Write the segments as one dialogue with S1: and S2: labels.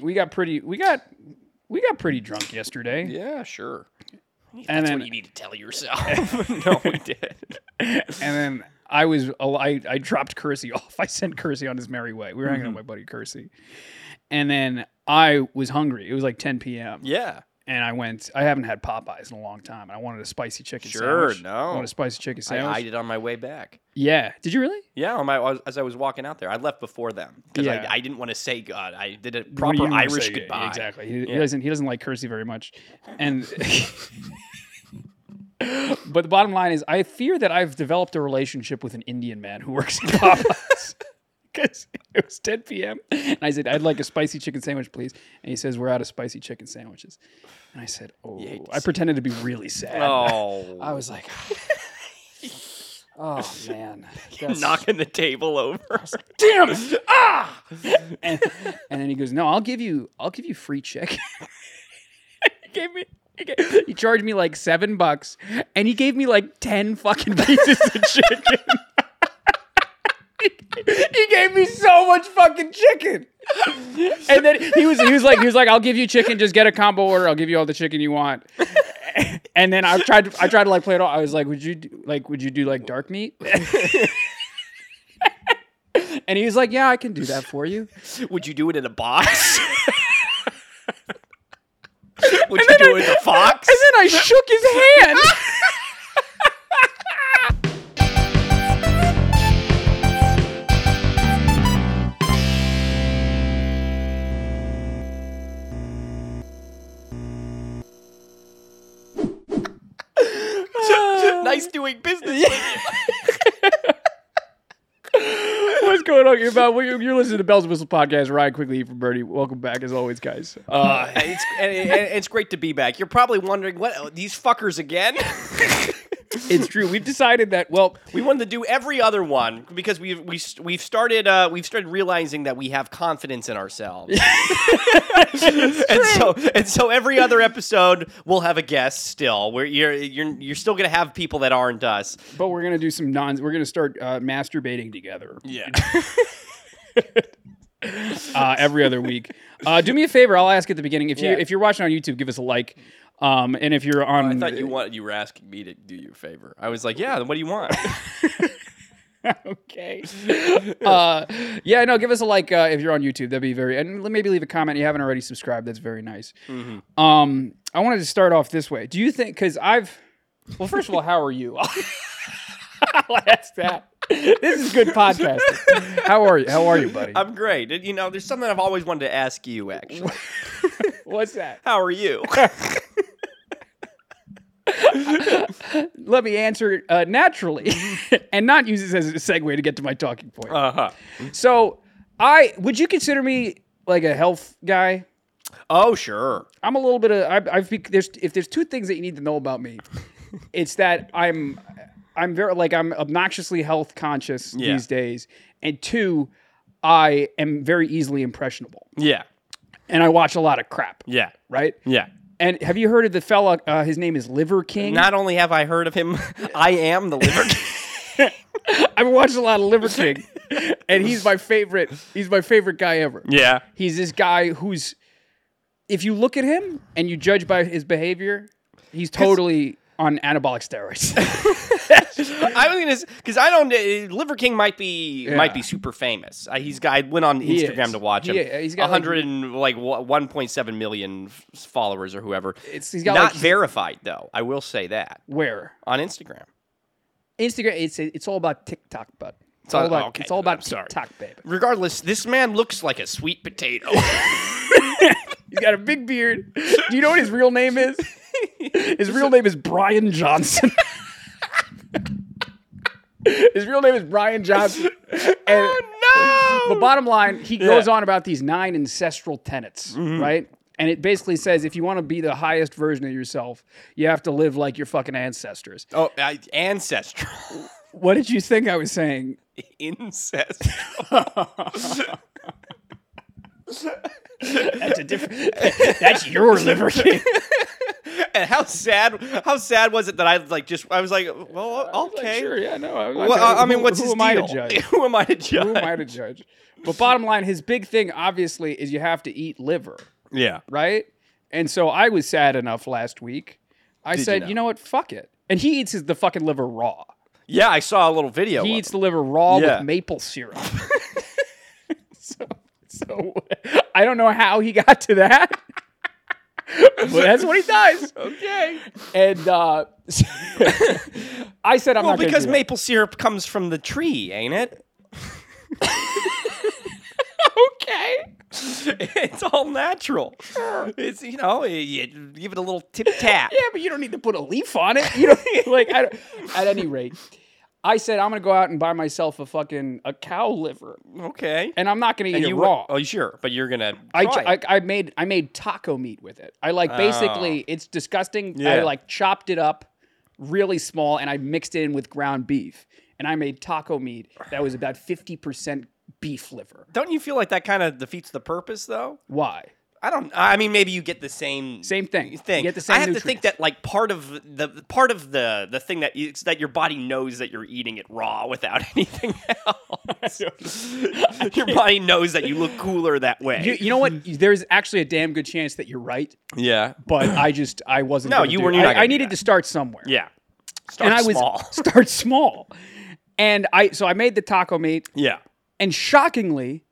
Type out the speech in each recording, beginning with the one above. S1: we got pretty we got we got pretty drunk yesterday.
S2: Yeah, sure.
S1: and
S2: That's
S1: then
S2: what you need to tell yourself. no, we did.
S1: and then I was I, I dropped Cursey off. I sent Cursey on his merry way. We were hanging out
S2: Mm-hmm.
S1: with my buddy Cursey. And then I was hungry. It was like 10 p.m.
S2: Yeah.
S1: And I went, I haven't had Popeyes in a long time. And I wanted a spicy chicken
S2: Sure,
S1: sandwich.
S2: no.
S1: I wanted a spicy chicken
S2: I,
S1: sandwich.
S2: I did on my way back.
S1: yeah. Did you really?
S2: Yeah, on my, as I was walking out there, I left before them because
S1: Yeah.
S2: I, I didn't want to say God. I did a
S1: What do you
S2: proper
S1: wanna
S2: Irish
S1: say? Yeah,
S2: goodbye.
S1: Exactly. He, he
S2: Yeah.
S1: doesn't he doesn't like Cursey very much. And But the bottom line is I fear that I've developed a relationship with an Indian man who works at Popeyes. Because it was 10 p.m. And I said, I'd like a spicy chicken sandwich, please. And he says, We're out of spicy chicken sandwiches. And I said, Oh,
S2: Yeah,
S1: I pretended to be really sad.
S2: Oh,
S1: I was like, Oh, man. That's-
S2: knocking the table over.
S1: damn it ah and, and then he goes no i'll give you i'll give you free chicken he gave me he, ga- he charged me like seven bucks and he gave me like ten fucking pieces of chicken he gave me so much fucking chicken and then he was he was like he was like i'll give you chicken just get a combo order i'll give you all the chicken you want and then i tried to, i tried to like play it off i was like would you do, like would you do like dark meat and he was like yeah i can do that for you
S2: Would you do it in a box? Would you do it in a fox?
S1: And then I shook his hand.
S2: nice doing business. with you.
S1: What's going on? You're, about, you're you're listening to Bells and Whistle Podcast. Ryan Quigley from Birdie. Welcome back, as always, guys. Uh,
S2: It's, and, and- and it's great to be back. You're probably wondering what oh, these fuckers again.
S1: it's true. We've decided that, well,
S2: we wanted to do every other one because we've we, s- we've started uh, we've started realizing that we have confidence in ourselves. and so and so every other episode we'll have a guest still. Where you're you're you're still gonna have people that aren't us.
S1: but we're going to do some non, we're going to start uh, masturbating together
S2: Yeah.
S1: uh, every other week. Uh, do me a favor. I'll ask at the beginning. If, you,
S2: Yeah.
S1: if you're watching on YouTube, give us a like. Um, and if you're on.
S2: I thought you want you were asking me to do you a favor. I was like, yeah. Then what do you want?
S1: okay. Uh, yeah, no, give us a like uh, if you're on YouTube. That'd be very, and l- maybe leave a comment. If you haven't already subscribed. That's very nice. Um, I wanted to start off this way. Do you think? Because I've, well, first of all, how are you? I'll ask that. This is good podcasting. How are you? How are you, buddy?
S2: I'm great. And, You know, there's something I've always wanted to ask you. Actually,
S1: What's that?
S2: how are you?
S1: Let me answer it uh, naturally, and not use this as a segue to get to my talking point.
S2: Uh huh.
S1: Um. so, I would you consider me like a health guy?
S2: Oh sure.
S1: I'm a little bit of I, I've bec- there's if there's two things that you need to know about me, it's that I'm I'm very like I'm obnoxiously health conscious
S2: Yeah.
S1: these days, and two, I am very easily impressionable,
S2: Yeah.
S1: and I watch a lot of crap,
S2: Yeah.
S1: right?
S2: Yeah.
S1: And have you heard of the fella? Uh, his name is Liver King.
S2: Not only have I heard of him, I am the liver.
S1: I've watched a lot of Liver King, and he's my favorite. He's my favorite guy ever.
S2: yeah.
S1: He's this guy who's, if you look at him and you judge by his behavior, he's totally on anabolic steroids.
S2: I was gonna because I don't. Uh, liver King might be
S1: Yeah.
S2: might be super famous. Uh, he's got. I went on
S1: He
S2: Instagram
S1: is.
S2: to watch him.
S1: Yeah, he's got, like-
S2: 100 and like wha- 1.7 million f- followers or whoever.
S1: It's- he's got,
S2: not
S1: like-
S2: verified though. I will say that
S1: Where
S2: on Instagram.
S1: Instagram, it's it's all about TikTok, bud. It's all
S2: all-
S1: about
S2: okay,
S1: it's all
S2: I'm
S1: about
S2: sorry.
S1: TikTok, babe.
S2: Regardless, this man looks like a sweet potato.
S1: He's got a big beard. Do you know what his real name is? His real name is Brian Johnson. his real name is Brian Johnson. And
S2: Oh, no.
S1: the bottom line, he goes on about these nine ancestral tenets, right? And it basically says if you want to be the highest version of yourself, you have to live like your fucking ancestors.
S2: Oh, I, ancestral.
S1: What did you think I was saying?
S2: Incest.
S1: That's a different. That's your liver king.
S2: And how sad, how sad was it that I like just I was like, well, okay.
S1: Like, sure, yeah, no. I,
S2: Well, I- I mean, what's
S1: who
S2: his
S1: am I to
S2: deal?
S1: judge?
S2: who am I to judge?
S1: who am I to judge? But bottom line, his big thing obviously is you have to eat liver,
S2: Yeah.
S1: right? And so I was sad enough last week. I
S2: Did you
S1: said,
S2: know?
S1: you know what? Fuck it. And he eats his, the fucking liver raw.
S2: Yeah, I saw a little video.
S1: He
S2: of
S1: eats the liver raw
S2: Yeah.
S1: with maple syrup. so, so I don't know how he got to that, but that's what he does.
S2: it. Okay.
S1: And uh, I said, I'm
S2: Well,
S1: not gonna
S2: because
S1: do that.
S2: maple syrup comes from the tree, ain't it?
S1: okay.
S2: it's all natural. It's you know, you- you give it a little tip tap.
S1: Yeah, but you don't need to put a leaf on it. You don't like. I don't, at any rate, I said I'm gonna go out and buy myself a fucking a cow liver,
S2: Okay.
S1: and I'm not gonna eat
S2: And
S1: it
S2: you
S1: raw.
S2: Oh, sure, but you're gonna.
S1: I,
S2: try
S1: tr- I
S2: it.
S1: I made I made taco meat with it. I like basically it's disgusting. I
S2: Oh. Yeah.
S1: like chopped it up really small and I mixed it in with ground beef and I made taco meat that was about fifty percent beef liver.
S2: Don't you feel like that kind of defeats the purpose, though?
S1: Why?
S2: I don't. I mean, maybe you get the same
S1: Same thing.
S2: thing.
S1: You get the same
S2: I have to think that like part of the part of the the thing that you, it's that your body knows that you're eating it raw without anything else. your body knows that you look cooler that way.
S1: You, you know what? There's actually a damn good chance that you're right,
S2: yeah.
S1: but I just I wasn't.
S2: No,
S1: gonna
S2: you
S1: do it.
S2: weren't- you're not
S1: I,
S2: gonna
S1: I
S2: do
S1: needed
S2: that.
S1: to start somewhere.
S2: Yeah. Start
S1: and I was
S2: small.
S1: start small, and I so I made the taco meat.
S2: yeah.
S1: and shockingly,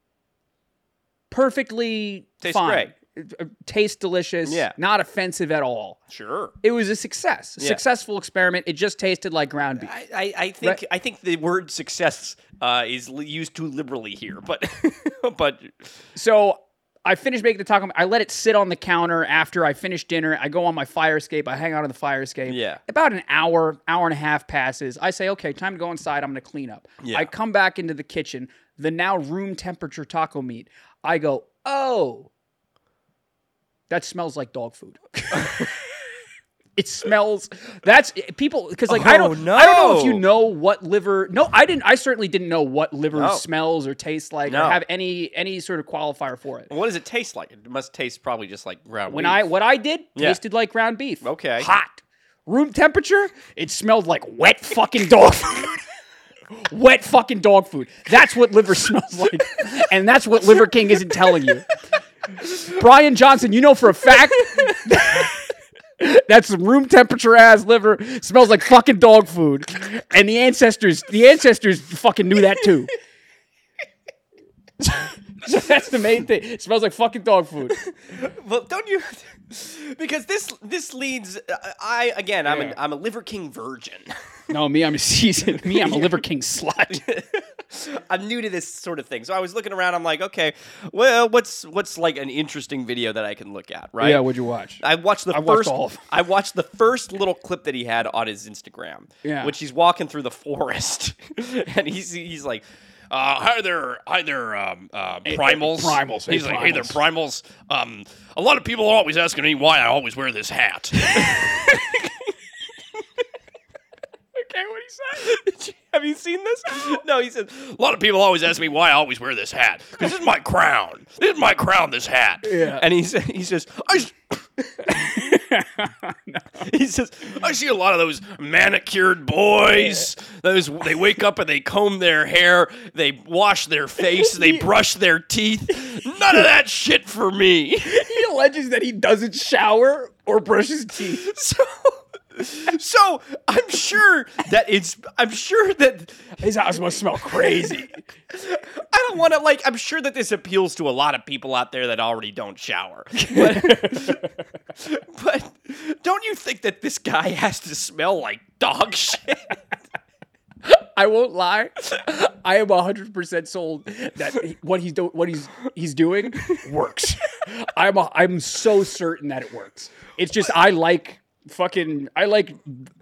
S1: perfectly
S2: Tastes
S1: fine. Uh, Tastes delicious.
S2: Yeah.
S1: Not offensive at all.
S2: Sure.
S1: It was a success, a
S2: Yeah.
S1: successful experiment. It just tasted like ground beef.
S2: I, I, I think I think the word success uh, is li- used too liberally here, but but
S1: So I finished making the taco. I let it sit on the counter after I finished dinner. I go on my fire escape. I hang out on the fire escape.
S2: Yeah.
S1: About an hour, hour and a half passes. I say, okay, time to go inside. I'm going to clean up.
S2: Yeah.
S1: I come back into the kitchen, the now room temperature taco meat. I go, oh, that smells like dog food. It smells. That's people because like I
S2: Oh,
S1: don't. I don't know if
S2: no.
S1: you know what liver. No, I didn't. I certainly didn't know what liver
S2: No.
S1: smells or tastes like or
S2: No.
S1: have any any sort of qualifier for it.
S2: what does it taste like? It must taste probably just like ground.
S1: When
S2: beef.
S1: I what I did
S2: Yeah.
S1: tasted like ground beef.
S2: Okay.
S1: Hot. Room temperature, it smelled like wet fucking dog food. wet fucking dog food. That's what liver smells like. And that's what Liver King isn't telling you. Brian Johnson, you know for a fact that's some room temperature ass liver smells like fucking dog food. And the ancestors, the ancestors fucking knew that too. so that's the main thing. It smells like fucking dog food.
S2: Well, don't you? Because this this leads. I again, I'm
S1: Yeah.
S2: an, I'm a Liver King virgin.
S1: No, me, I'm a seasoned. Me, I'm a Liver King slut.
S2: I'm new to this sort of thing, so I was looking around. I'm like, okay, well, what's what's like an interesting video that I can look at, right?
S1: Yeah, what'd you watch?
S2: I watched the
S1: watched
S2: first.
S1: all of them.
S2: I watched the first little clip that he had on his Instagram.
S1: Yeah.
S2: which he's walking through the forest, and he's he's like. Uh, hi there, hi there, um, uh, primals.
S1: primals, hey,
S2: He's like, hey there,
S3: primals. Um, a lot of people are always asking me why I always wear this hat.
S1: okay, what do you say?
S2: Have you seen this? No, he says,
S3: a lot of people always ask me why I always wear this hat. This is my crown. This is my crown. This hat.
S1: Yeah.
S2: and he sa- he says, I s- he says,
S3: I see a lot of those manicured boys. Those they wake up and they comb their hair, they wash their face, they brush their teeth. None of that shit for me.
S1: he alleges that he doesn't shower or brush his teeth.
S2: so, so I'm sure that it's, I'm sure that
S1: His house must smell crazy.
S2: I don't want to like. I'm sure that this appeals to a lot of people out there that already don't shower. But, but don't you think that this guy has to smell like dog shit?
S1: I won't lie. I am 100% sold that he- what he's do- what he's he's doing works. I'm a, I'm so certain that it works. It's just I like fucking I like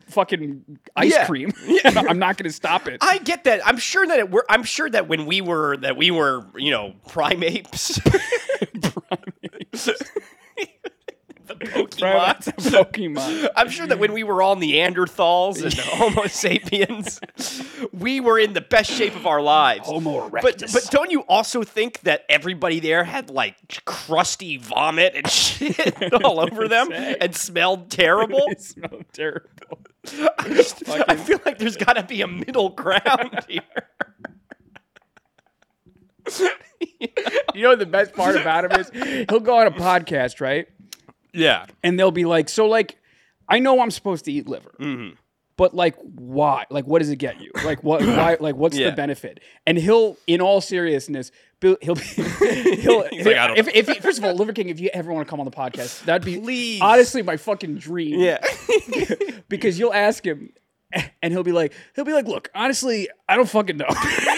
S1: fucking ice
S2: Yeah.
S1: cream. I'm not going to stop it.
S2: I get that. I'm sure that it. Were, I'm sure that when we were that we were you know primates. The Pokemon.
S1: Pokemon.
S2: I'm sure that when we were all Neanderthals and Homo sapiens, we were in the best shape of our lives.
S1: Homo erectus.
S2: But but don't you also think that everybody there had like crusty vomit and shit all over them
S1: Say.
S2: and smelled terrible?
S1: it smelled terrible.
S2: I, just- I feel like there's got to be a middle ground here.
S1: You know the best part about him is he'll go on a podcast, right?
S3: Yeah.
S1: And they'll be like, "So like, I know I'm supposed to eat liver, but like, why? Like, what does it get you? Like, what? Why? Like, what's
S2: Yeah.
S1: the benefit?" And he'll, in all seriousness, be- he'll be, he'll
S3: like, "I don't
S1: if, if, first of all, Liver King, if you ever want to come on the podcast, that'd be
S2: Please.
S1: honestly my fucking dream.
S2: Yeah.
S1: because you'll ask him, and he'll be like, he'll be like, "Look, honestly, I don't fucking know."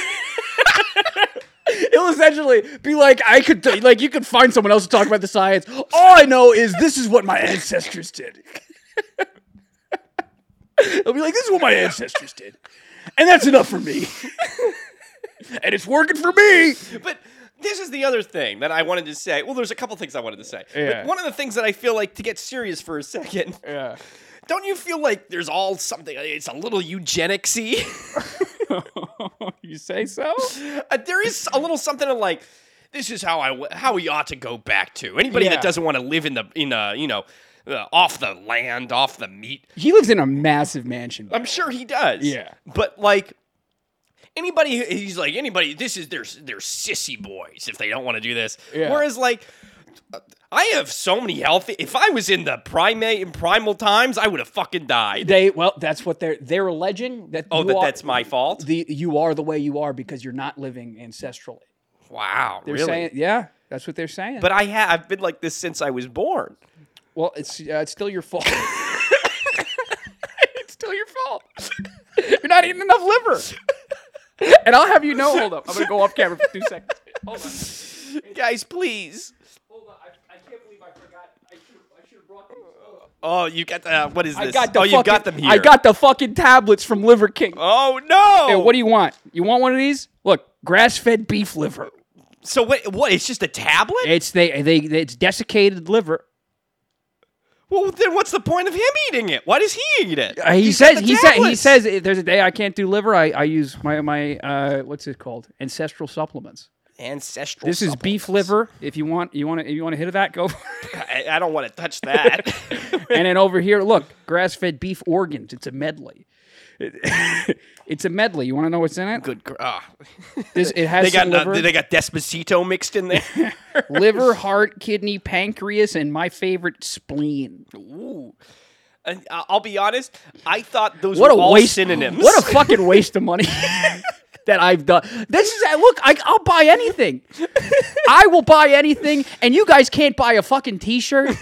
S1: He'll essentially be like, I could, like, you could find someone else to talk about the science. All I know is this is what my ancestors did. He'll be like, this is what my ancestors did. And that's enough for me. and it's working for me.
S2: but this is the other thing that I wanted to say. Well, there's a couple things I wanted to say.
S1: Yeah.
S2: But one of the things that I feel like to get serious for a second,
S1: Yeah.
S2: don't you feel like there's all something? It's a little eugenicsy.
S1: you say so?
S2: Uh, there is a little something of like this is how I w- how we ought to go back to anybody
S1: Yeah.
S2: that doesn't want to live in the in a you know uh, off the land off the meat.
S1: He lives in a massive mansion.
S2: I'm sure he does.
S1: Yeah.
S2: but like. Anybody, who- he's like anybody. This is their their sissy boys if they don't want to do this.
S1: Yeah.
S2: Whereas like, I have so many healthy. If I was in the primate in primal times, I would have fucking died.
S1: They, well, that's what they're, they're alleging that
S2: oh,
S1: you
S2: that
S1: are-
S2: that's my fault.
S1: the you are the way you are because you're not living ancestrally.
S2: wow,
S1: They're
S2: really?
S1: saying, yeah, that's what they're saying.
S2: but I have I've been like this since I was born.
S1: well, it's uh, it's still your fault. it's still your fault. you're not eating enough liver. and I'll have you know. Hold up, I'm gonna go off camera for two seconds. Hold on,
S2: Guys, please.
S1: hold on. I, I can't believe I forgot. I should I should have brought. These.
S2: Oh, you got the uh, what is this?
S1: I got the
S2: oh,
S1: fucking,
S2: you got them here.
S1: I got the fucking tablets from Liver King.
S2: Oh no!
S1: Hey, what do you want? You want one of these? Look, grass-fed beef liver.
S2: so what? What? It's just a tablet.
S1: It's they they it's desiccated liver.
S2: well, then what's the point of him eating it? Why does he eat it?
S1: Uh, he
S2: He's got
S1: says
S2: the
S1: he said he
S2: tablets.
S1: says "If there's a day I can't do liver. I, I use my my uh, what's it called ancestral supplements.
S2: ancestral.
S1: This is
S2: supplements.
S1: beef liver. If you want you want to, if you want a hit of that, go. for it.
S2: I, I don't want to touch that.
S1: and then over here, look, grass fed beef organs. It's a medley. it's a medley. You want to know what's in it?
S2: Good. Gr- ah.
S1: This it has
S2: They got
S1: some
S2: no-
S1: liver,
S2: they got Despacito mixed in there.
S1: liver, heart, kidney, pancreas, and my favorite spleen.
S2: Ooh. And I- I'll be honest. I thought those
S1: What
S2: were
S1: a
S2: all
S1: waste!
S2: synonyms.
S1: What a fucking waste of money that I've done. This is look. I, I'll buy anything. I will buy anything, and you guys can't buy a fucking t-shirt.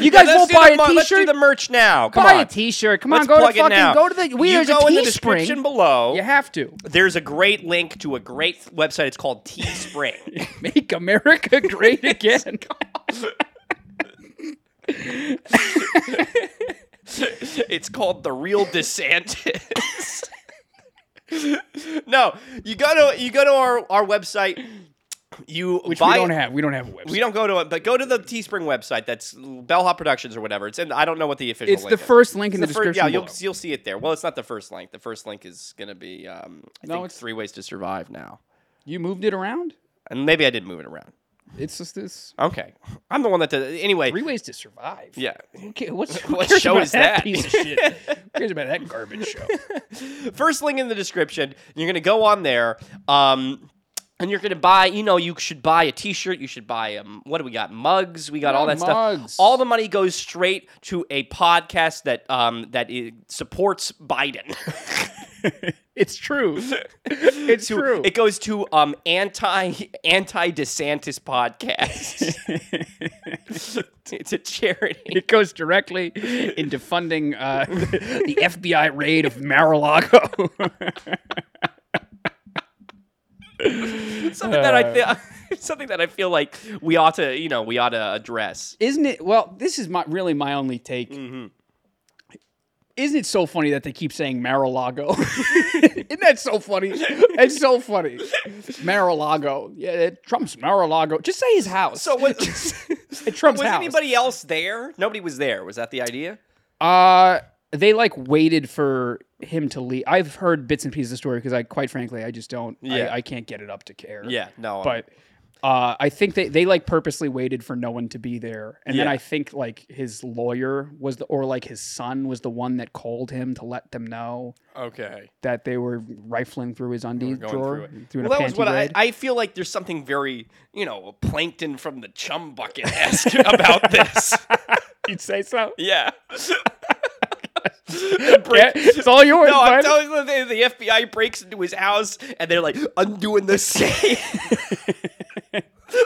S1: You guys
S2: Let's
S1: won't
S2: do the
S1: buy a
S2: mer- Let's do
S1: t-shirt.
S2: the merch now. Come
S1: buy
S2: on.
S1: a t-shirt. Come
S2: Let's
S1: on, go
S2: plug
S1: to
S2: it
S1: fucking
S2: now.
S1: go to the. We
S2: you
S1: there's a
S2: go in the
S1: Teespring.
S2: description below.
S1: you have to
S2: There's a great link to a great website. It's called Teespring.
S1: make America great again.
S2: it's called the real DeSantis. no, you go to you go to our, our website. You
S1: Which
S2: buy
S1: we don't have. We don't have a website.
S2: we don't go to it, but go to the Teespring website. That's Bellhop Productions or whatever. It's in, I don't know what the official.
S1: it's
S2: link
S1: the
S2: is.
S1: first link in the,
S2: It's fir-
S1: description.
S2: yeah, you'll
S1: below.
S2: you'll see it there. Well, it's not the first link. The first link is gonna be um, I
S1: No,
S2: think
S1: it's-
S2: three ways to survive now,
S1: You moved it around.
S2: and maybe I did move it around.
S1: It's just this
S2: Okay, I'm the one that did. Anyway,
S1: three ways to survive.
S2: yeah.
S1: Who ca- What's, who
S2: What
S1: cares
S2: show
S1: about
S2: is that?
S1: piece of shit? Who cares about that garbage show?
S2: First link in the description. You're gonna go on there. Um, and you're gonna buy. You know, you should buy a T-shirt. You should buy um, what do we got? Mugs. We got all
S1: Yeah,
S2: that
S1: mugs.
S2: stuff. All the money goes straight to a podcast that um that i- supports Biden.
S1: It's true. It's
S2: To-
S1: true.
S2: It goes to um anti anti DeSantis podcast. it's a charity.
S1: It goes directly into funding uh, the FBI raid of Mar-a-Lago.
S2: Something that I feel. Something that I feel like we ought to, you know, we ought to address.
S1: Isn't it? Well, this is my really my only take. Isn't it so funny that they keep saying Mar-a-Lago? Isn't that so funny? It's so funny. Mar-a-Lago. Yeah, it- Trump's Mar-a-Lago. Just say his house.
S2: So what?
S1: It Trump's
S2: Was
S1: house.
S2: anybody else there? Nobody was there. Was that the idea?
S1: Uh they like waited for him to leave. I've heard bits and pieces of the story because I, quite frankly, I just don't.
S2: Yeah.
S1: I, I can't get it up to care.
S2: Yeah, no.
S1: but uh, I think they, they like purposely waited for no one to be there. And then
S2: Yeah.
S1: I think like his lawyer was the, or like his son was the one that called him to let them know
S3: Okay.
S1: that they were rifling through his undie
S3: going
S1: drawer.
S3: through it.
S1: doing a
S2: Well, that was
S1: panty
S2: what I,
S1: raid.
S2: I feel like. There's something very, you know, plankton from the chum bucket esque about this.
S1: You'd say so?
S2: Yeah.
S1: Yeah, it's all yours,
S2: No,
S1: bud.
S2: I'm telling you, the, the FBI breaks into his house and they're like undoing the safe.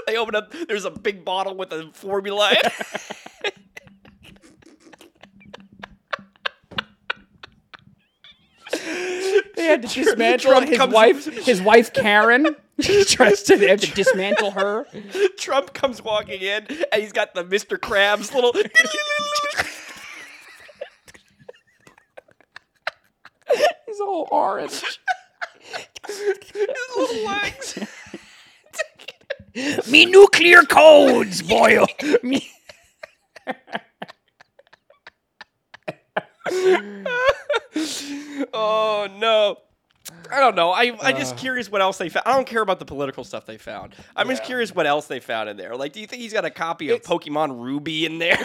S2: they open up. There's a big bottle with a formula. in it.
S1: They had to dismantle
S2: Trump
S1: his
S2: comes-
S1: wife. His wife Karen tries to they have to dismantle her.
S2: Trump comes walking in and he's got the Mr. Krabs little.
S1: He's all orange.
S2: his little legs.
S1: Me nuclear codes, boy. Me.
S2: Oh no. I don't know. I I just curious what else they found. I don't care about the political stuff they found. I'm just curious what else they found in there. Like, do you think he's got a copy of Pokemon Ruby in there?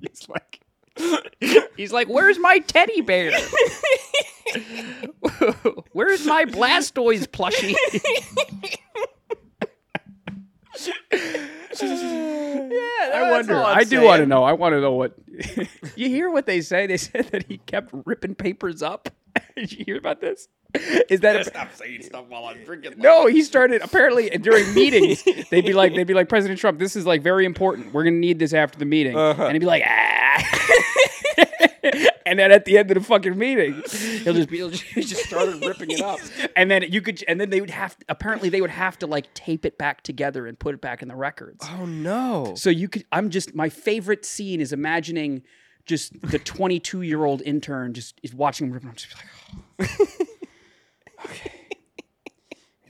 S1: He's like, he's like, where's my teddy bear? where's my Blastoise plushie? I wonder. I do want to know. I want to know what. you hear what they say? They said that he kept ripping papers up. Did you hear about this? Is that a-
S2: Stop saying stuff while I'm drinking.
S1: no? He started apparently during meetings. They'd be like, they'd be like, President Trump, this is like very important. We're gonna need this after the meeting, and he'd be like, ah. and then at the end of the fucking meeting, he'll just be, he'll just, he just started ripping it up, and then you could, and then they would have. Apparently, they would have to like tape it back together and put it back in the records.
S2: Oh no.
S1: So you could. I'm just. My favorite scene is imagining just the 22 year old intern just is watching him rip, and I'm just like, oh. okay,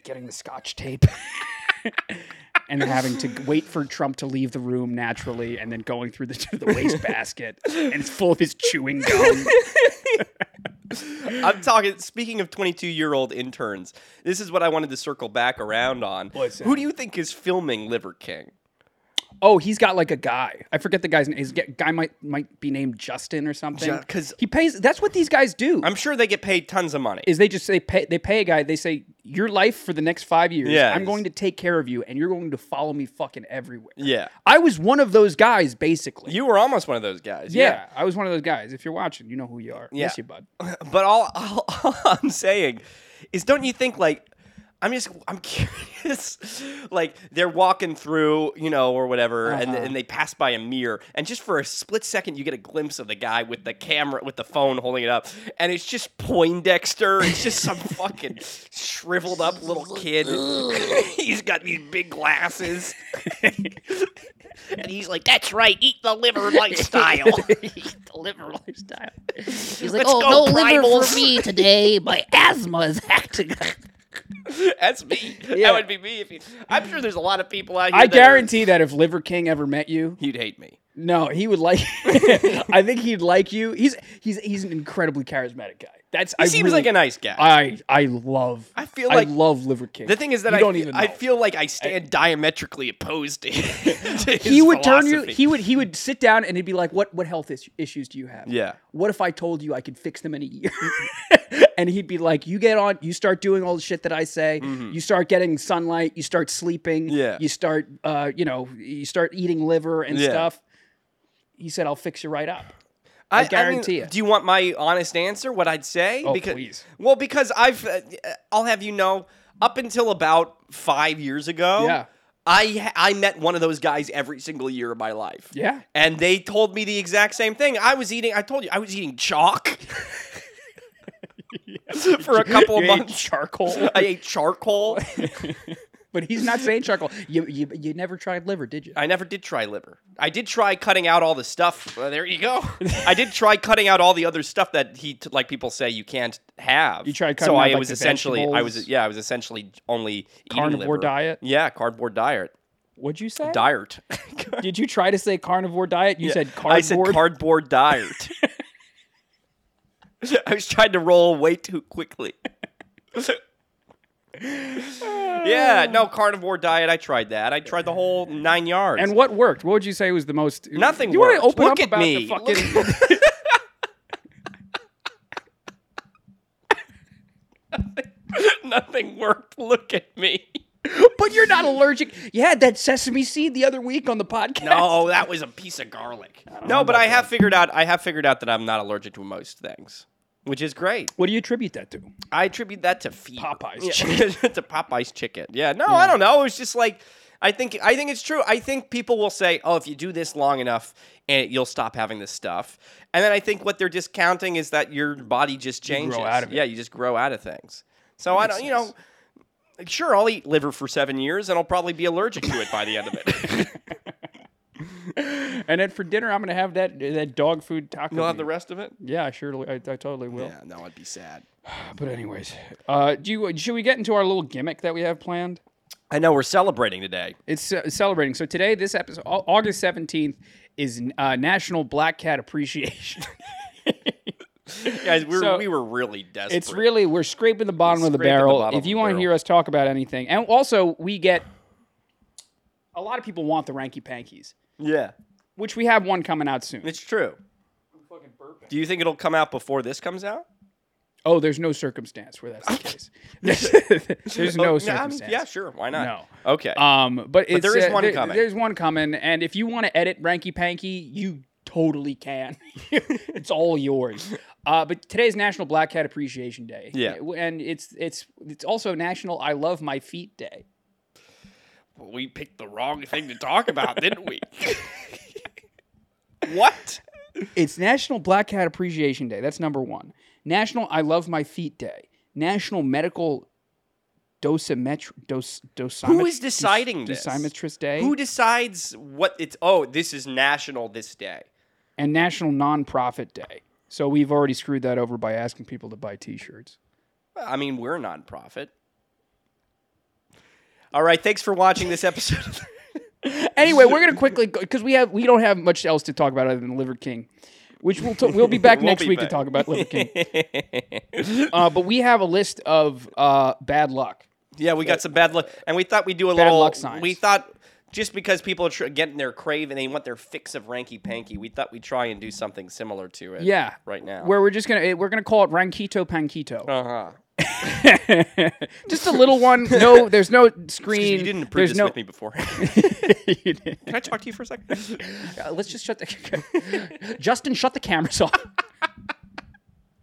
S1: getting the scotch tape. And then having to wait for Trump to leave the room naturally, and then going through the, to the wastebasket, and it's full of his chewing gum.
S2: I'm talking. Speaking of 22 year old interns, this is what I wanted to circle back around on.
S1: What's that?
S2: Who do you think is filming Liver King?
S1: Oh, he's got like a guy. I forget the guy's name. His ge- guy might might be named Justin or something.
S2: Ju- 'cause-
S1: he pays. That's what these guys do.
S2: I'm sure they get paid tons of money.
S1: is they just they pay they pay a guy they say your life for the next five years
S2: Yes.
S1: i'm going to take care of you and you're going to follow me fucking everywhere
S2: yeah.
S1: i was one of those guys basically
S2: You were almost one of those guys.
S1: yeah, i was one of those guys if you're watching you know who you are
S2: Yeah.
S1: yes you bud
S2: But all, all, all I'm saying is, don't you think like I'm just I'm curious, like they're walking through, you know, or whatever,
S1: Uh-huh.
S2: and and they pass by a mirror, and just for a split second, you get a glimpse of the guy with the camera with the phone holding it up, and it's just Poindexter. It's just some fucking shriveled up little kid. he's got these big glasses.
S4: And he's like, that's right, eat the liver lifestyle. eat the liver lifestyle. He's like,
S2: Let's
S4: oh,
S2: go,
S4: no liver
S2: primals."
S4: for me today. My asthma is acting.
S2: That's me.
S1: Yeah.
S2: That would be me. If you, I'm sure there's a lot of people out here.
S1: i
S2: that are-
S1: guarantee that if liver king ever met you
S2: you'd hate me.
S1: no he would like i think he'd like you he's he's he's an incredibly charismatic guy that's
S2: He
S1: I
S2: seems
S1: really-
S2: like a nice guy.
S1: i i love
S2: I feel like-
S1: i love liver king
S2: The thing is that
S1: You
S2: I
S1: don't
S2: fe-
S1: even
S2: I
S1: know.
S2: feel like I stand diametrically opposed to, to his
S1: he would turn you
S2: philosophy.
S1: he would he would sit down and he'd be like what what health is- issues do you have
S2: Yeah.
S1: what if i told you i could fix them in a year and he'd be like you get on you start doing all the shit that i say you start getting sunlight you start sleeping
S2: Mm-hmm. Yeah.
S1: you start uh you know you start eating liver and
S2: Yeah.
S1: stuff he said i'll fix you right up
S2: I, I mean,
S1: guarantee it.
S2: Do you want my honest answer? What I'd say?
S1: Oh, please.
S2: Well, because I've, uh, I'll have you know, up until about five years ago,
S1: Yeah.
S2: I I met one of those guys every single year of my life.
S1: Yeah.
S2: and they told me the exact same thing. I was eating. I told you I was eating chalk for a couple of
S1: You ate
S2: months.
S1: charcoal
S2: I ate charcoal.
S1: but he's not saying charcoal you, you you never tried liver did you
S2: I never did try liver. I did try cutting out all the stuff. Uh, there you go. I did try cutting out all the other stuff that he, t- like people say, you can't have.
S1: You tried
S2: so
S1: cutting out,
S2: I
S1: like,
S2: was
S1: the
S2: essentially, I was,
S1: vegetables?
S2: yeah, I was essentially only eating
S1: Carnivore
S2: liver.
S1: diet?
S2: Yeah, cardboard diet.
S1: what'd you say
S2: Diet.
S1: did you try to say carnivore diet you said cardboard
S2: I said cardboard diet. I was trying to roll way too quickly. Yeah, no carnivore diet. I tried that. I tried the whole nine yards.
S1: And what worked? What would you say was the most?
S2: Nothing
S1: You wanna
S2: worked.
S1: open
S2: Look
S1: up
S2: at
S1: about
S2: me.
S1: the fucking?
S3: Nothing worked. Look at me.
S1: but you're not allergic. You had that sesame seed the other week on the podcast.
S2: no, Oh, that was a piece of garlic. No, but I have figured out. I have figured out that I'm not allergic to most things, which is great.
S1: What do you attribute that to?
S2: I attribute that to fear.
S1: Popeye's
S2: yeah. chicken. to Popeye's chicken. Yeah. No, I don't know. It's just like I think I think it's true. I think people will say, "Oh, if you do this long enough, and you'll stop having this stuff." And then I think what they're discounting is that your body just changes.
S1: out of it.
S2: Yeah, you just grow out of things. So I don't, you know, sure I'll eat liver for 7 years and I'll probably be allergic to it by the end of it.
S1: And then for dinner, I'm gonna have that that dog food taco.
S2: you'll have the
S1: meat.
S2: rest of it?
S1: Yeah, sure. I, I totally will.
S2: Yeah, no, I'd be sad.
S1: But anyways, uh, do you should we get into our little gimmick that we have planned?
S2: I know we're celebrating today.
S1: It's uh, celebrating. So today, this episode, Au- August seventeenth, is uh, National Black Cat Appreciation.
S2: Guys, we were,
S1: So-
S2: we were really desperate.
S1: it's really we're scraping the bottom of the
S2: Scraping the
S1: barrel.
S2: bottom
S1: if
S2: of
S1: you
S2: the
S1: want to
S2: barrel.
S1: hear us talk about anything, and also we get a lot of people want the Ranky Pankies,
S2: Yeah.
S1: which we have one coming out soon.
S2: It's true. Do you think it'll come out before this comes out?
S1: Oh, there's no circumstance where that's the case. There's, no
S2: Oh, yeah, I'm-
S1: circumstance.
S2: yeah, sure. Why not?
S1: No.
S2: Okay.
S1: Um, but, it's,
S2: there is
S1: uh,
S2: one
S1: there-
S2: coming.
S1: There's one coming, and if you want to edit Ranky Panky, you totally can. it's all yours. Uh, but today's National Black Cat Appreciation Day.
S2: Yeah.
S1: and it's it's it's also National I Love My Feet Day.
S3: We picked the wrong thing to talk about, didn't we?
S2: what?
S1: It's National Black Cat Appreciation Day. That's number one. National I Love My Feet Day. National Medical Dosimetri dos dosimetri-
S2: Who is deciding
S1: dos-
S2: this?
S1: dosimetrist day
S2: Who decides what it's? Oh, this is national this day.
S1: and National Nonprofit Day. So we've already screwed that over by asking people to buy T-shirts.
S2: I mean, we're a nonprofit. All right. Thanks for watching this episode.
S1: Anyway, we're gonna quickly because we have we don't have much else to talk about other than Liver King, which we'll t- we'll be back
S2: We'll
S1: next
S2: be
S1: week
S2: back.
S1: to talk about Liver King. Uh, but we have a list of uh, bad luck.
S2: yeah, we got some bad luck, and we thought we'd do a
S1: Bad
S2: little.
S1: luck signs.
S2: We thought just because people are tr- getting their crave and they want their fix of ranky panky, we thought we'd try and do something similar to it.
S1: Yeah,
S2: Right now.
S1: where we're just gonna eh, we're gonna call it Rankito Pankito.
S2: Uh huh.
S1: just a little one. No, there's no screen.
S2: You didn't approve
S1: there's
S2: this
S1: no.
S2: with me before. Can
S1: You didn't.
S2: I talk to you for a second?
S1: Uh, let's just shut the Justin, shut the cameras off.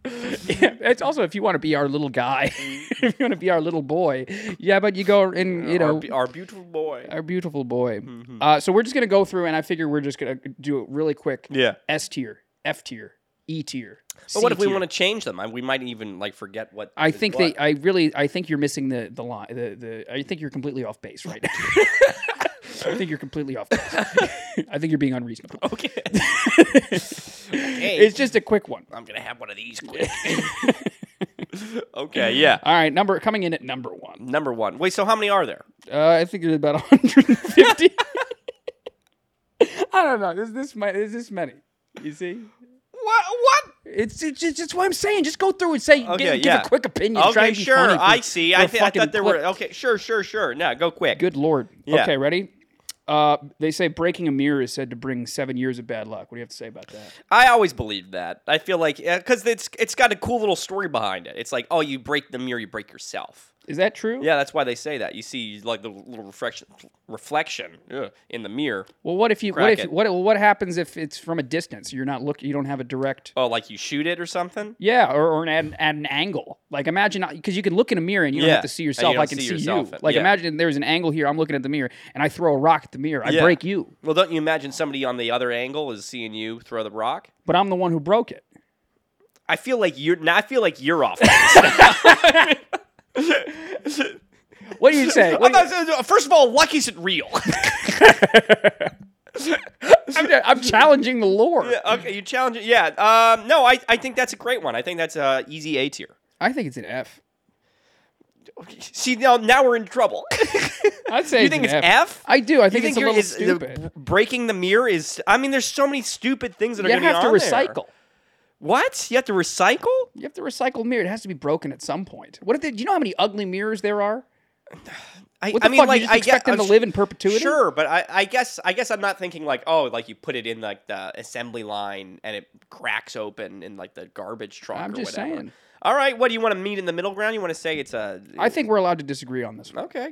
S1: yeah, it's also if you want to be our little guy, if you want to be our little boy, yeah, but you go and you know
S2: our, be- Mm-hmm. our beautiful boy.
S1: our beautiful boy. Uh, so we're just gonna go through, and I figure we're just gonna do it really quick.
S2: Yeah.
S1: S tier, F tier, E tier.
S2: But what if we want to change them? I, we might even like forget what.
S1: I
S2: is
S1: think they.
S2: what.
S1: I really. I think you're missing the the line. The, the I think you're completely off base right now. I think you're completely off base. I think you're being unreasonable.
S2: Okay.
S1: It's just a quick one.
S2: I'm gonna have one of these quick. okay. Yeah.
S1: All right, number coming in at number one.
S2: Number one. Wait. So how many are there?
S1: Uh, I think there's about 150. I don't know. There's this many. There's this many. You see,
S2: What? What?
S1: it's it's just it's what I'm saying. Just go through and say
S2: Okay,
S1: give, give
S2: yeah.
S1: a quick opinion. Try
S2: Okay.
S1: and be
S2: Sure.
S1: funny for-
S2: I see.
S1: for
S2: I,
S1: a
S2: thi- I
S1: fucking
S2: thought there
S1: clip.
S2: were. Okay. Sure. Sure. Sure. No. Go quick.
S1: Good lord.
S2: Yeah.
S1: Okay, ready. Uh, they say breaking a mirror is said to bring seven years of bad luck. What do you have to say about that?
S2: I always believed that. I feel like because it's it's got a cool little story behind it. It's like oh, you break the mirror, you break yourself.
S1: Is that true?
S2: Yeah, that's why they say that. You see, like the little reflection, reflection ugh, in the mirror.
S1: Well, what if you
S2: Crack
S1: what if
S2: it.
S1: what what happens if it's from a distance? You're not look. You don't have a direct.
S2: Oh, like you shoot it or something.
S1: Yeah, or, or an, at, an, at an angle. Like imagine because you can look in a mirror and you don't
S2: Yeah,
S1: have to see
S2: and you
S1: yourself.
S2: don't
S1: I can
S2: see
S1: see,
S2: yourself.
S1: you. Like
S2: Yeah.
S1: imagine there's an angle here. I'm looking at the mirror and I throw a rock at the mirror. I
S2: Yeah.
S1: break you,
S2: Well, don't you imagine somebody on the other angle is seeing you throw the rock?
S1: but I'm the one who broke it.
S2: I feel like you're. Now I feel like you're off.
S1: What do you say? What do you-
S2: uh, First of all, luck isn't real.
S1: I'm, I'm challenging the lore.
S2: okay, you challenge it. Yeah. Um, no, I, I think that's a great one. I think that's uh, easy A tier.
S1: I think it's an F.
S2: See now now we're in trouble.
S1: I'd say
S2: you
S1: it's
S2: think
S1: an
S2: it's
S1: F.
S2: F?
S1: I do. I think,
S2: you
S1: it's a little
S2: is- the-
S1: stupid.
S2: breaking the mirror is. I mean, there's so many stupid things that
S1: You
S2: are going
S1: have to
S2: on there.
S1: recycle.
S2: What? You have to recycle?
S1: You have to recycle mirror. It has to be broken at some point. What if they, do you know how many ugly mirrors there are?
S2: I,
S1: What the
S2: I mean,
S1: fuck,
S2: like,
S1: you just
S2: I
S1: expect
S2: get,
S1: them to
S2: I'm
S1: live in perpetuity?
S2: Sure, but I, I guess I guess I'm not thinking like, oh, like you put it in like the assembly line and it cracks open in like the garbage truck
S1: I'm
S2: or
S1: just
S2: whatever.
S1: saying.
S2: All right, what do you want to meet in the middle ground? You want to say it's a
S1: I think we're allowed to disagree on this one.
S2: okay.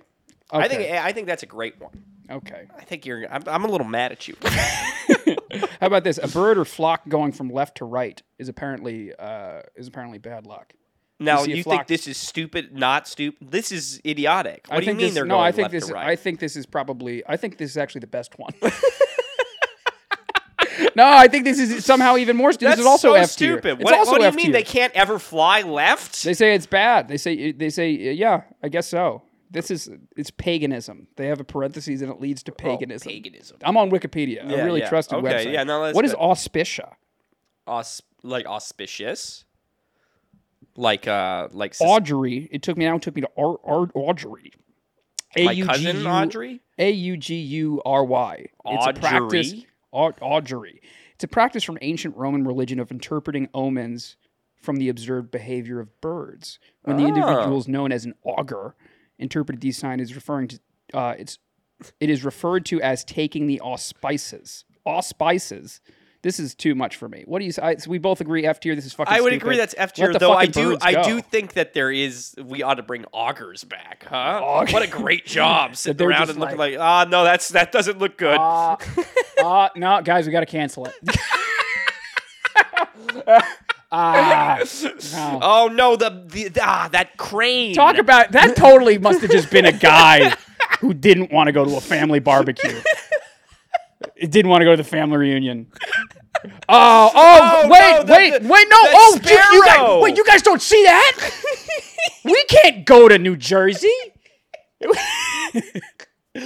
S2: I think eh,
S1: Okay.
S2: I think that's a great one.
S1: Okay.
S2: I think you're. I'm, I'm a little mad at you.
S1: How about this? A bird or flock going from left to right is apparently uh, is apparently bad luck.
S2: now
S1: see a
S2: you,
S1: flock.
S2: think this is stupid? Not stupid. This is idiotic. What
S1: I
S2: do you
S1: think
S2: mean
S1: this,
S2: they're
S1: no,
S2: going
S1: I think
S2: left
S1: this
S2: to right?
S1: I think this is probably I think this is actually the best one. no, I think this is somehow even more stupid.
S2: that's
S1: This is also
S2: so
S1: F tier.
S2: stupid.
S1: It's
S2: What,
S1: also
S2: what do you
S1: F
S2: mean
S1: tier.
S2: they can't ever fly left?
S1: They say it's bad. They say they say yeah. I guess so. This is it's paganism. They have a parentheses and it leads to paganism.
S2: paganism.
S1: I'm on Wikipedia. a
S2: Oh, Yeah,
S1: really
S2: yeah.
S1: trusted
S2: Okay,
S1: website.
S2: yeah, no, that's
S1: what is
S2: good.
S1: auspicia?
S2: Aus- like auspicious, like uh, like sus-
S1: Audrey. It took me now. It took me to Ar- Ar- Audrey.
S2: my cousin
S1: A-U-G-U-
S2: Audrey.
S1: A U G U R Y. It's a practice.
S2: Augury?
S1: Au- Augury. It's a practice from ancient Roman religion of interpreting omens from the observed behavior of birds. When
S2: Ah.
S1: the individuals known as an augur interpreted these signs as referring to uh, it's it is referred to as taking the auspices. Auspices. This is too much for me. What do you? s- I, so we both agree F tier. This is fucking.
S2: I would
S1: stupid.
S2: agree that's F
S1: Let
S2: tier,
S1: the
S2: though. I
S1: fucking
S2: do,
S1: birds
S2: I
S1: go.
S2: do think that there is. We ought to bring augers back, huh?
S1: Aug-
S2: What a great job sitting
S1: they're
S2: around
S1: just
S2: and looking like, ah, no, that's that doesn't look good.
S1: Uh, uh, no, guys, we got to cancel it. Ah, no.
S2: oh no, the, the, the- ah that crane.
S1: Talk about that. Totally must have just been a guy who didn't want to go to a family barbecue. It didn't want to go to the family reunion. Oh, oh,
S2: Oh,
S1: wait,
S2: no, the-
S1: wait,
S2: the-
S1: wait, no,
S2: the
S1: oh, you, you guys,
S2: sparrow.
S1: wait, you guys don't see that? we can't go to New Jersey. We-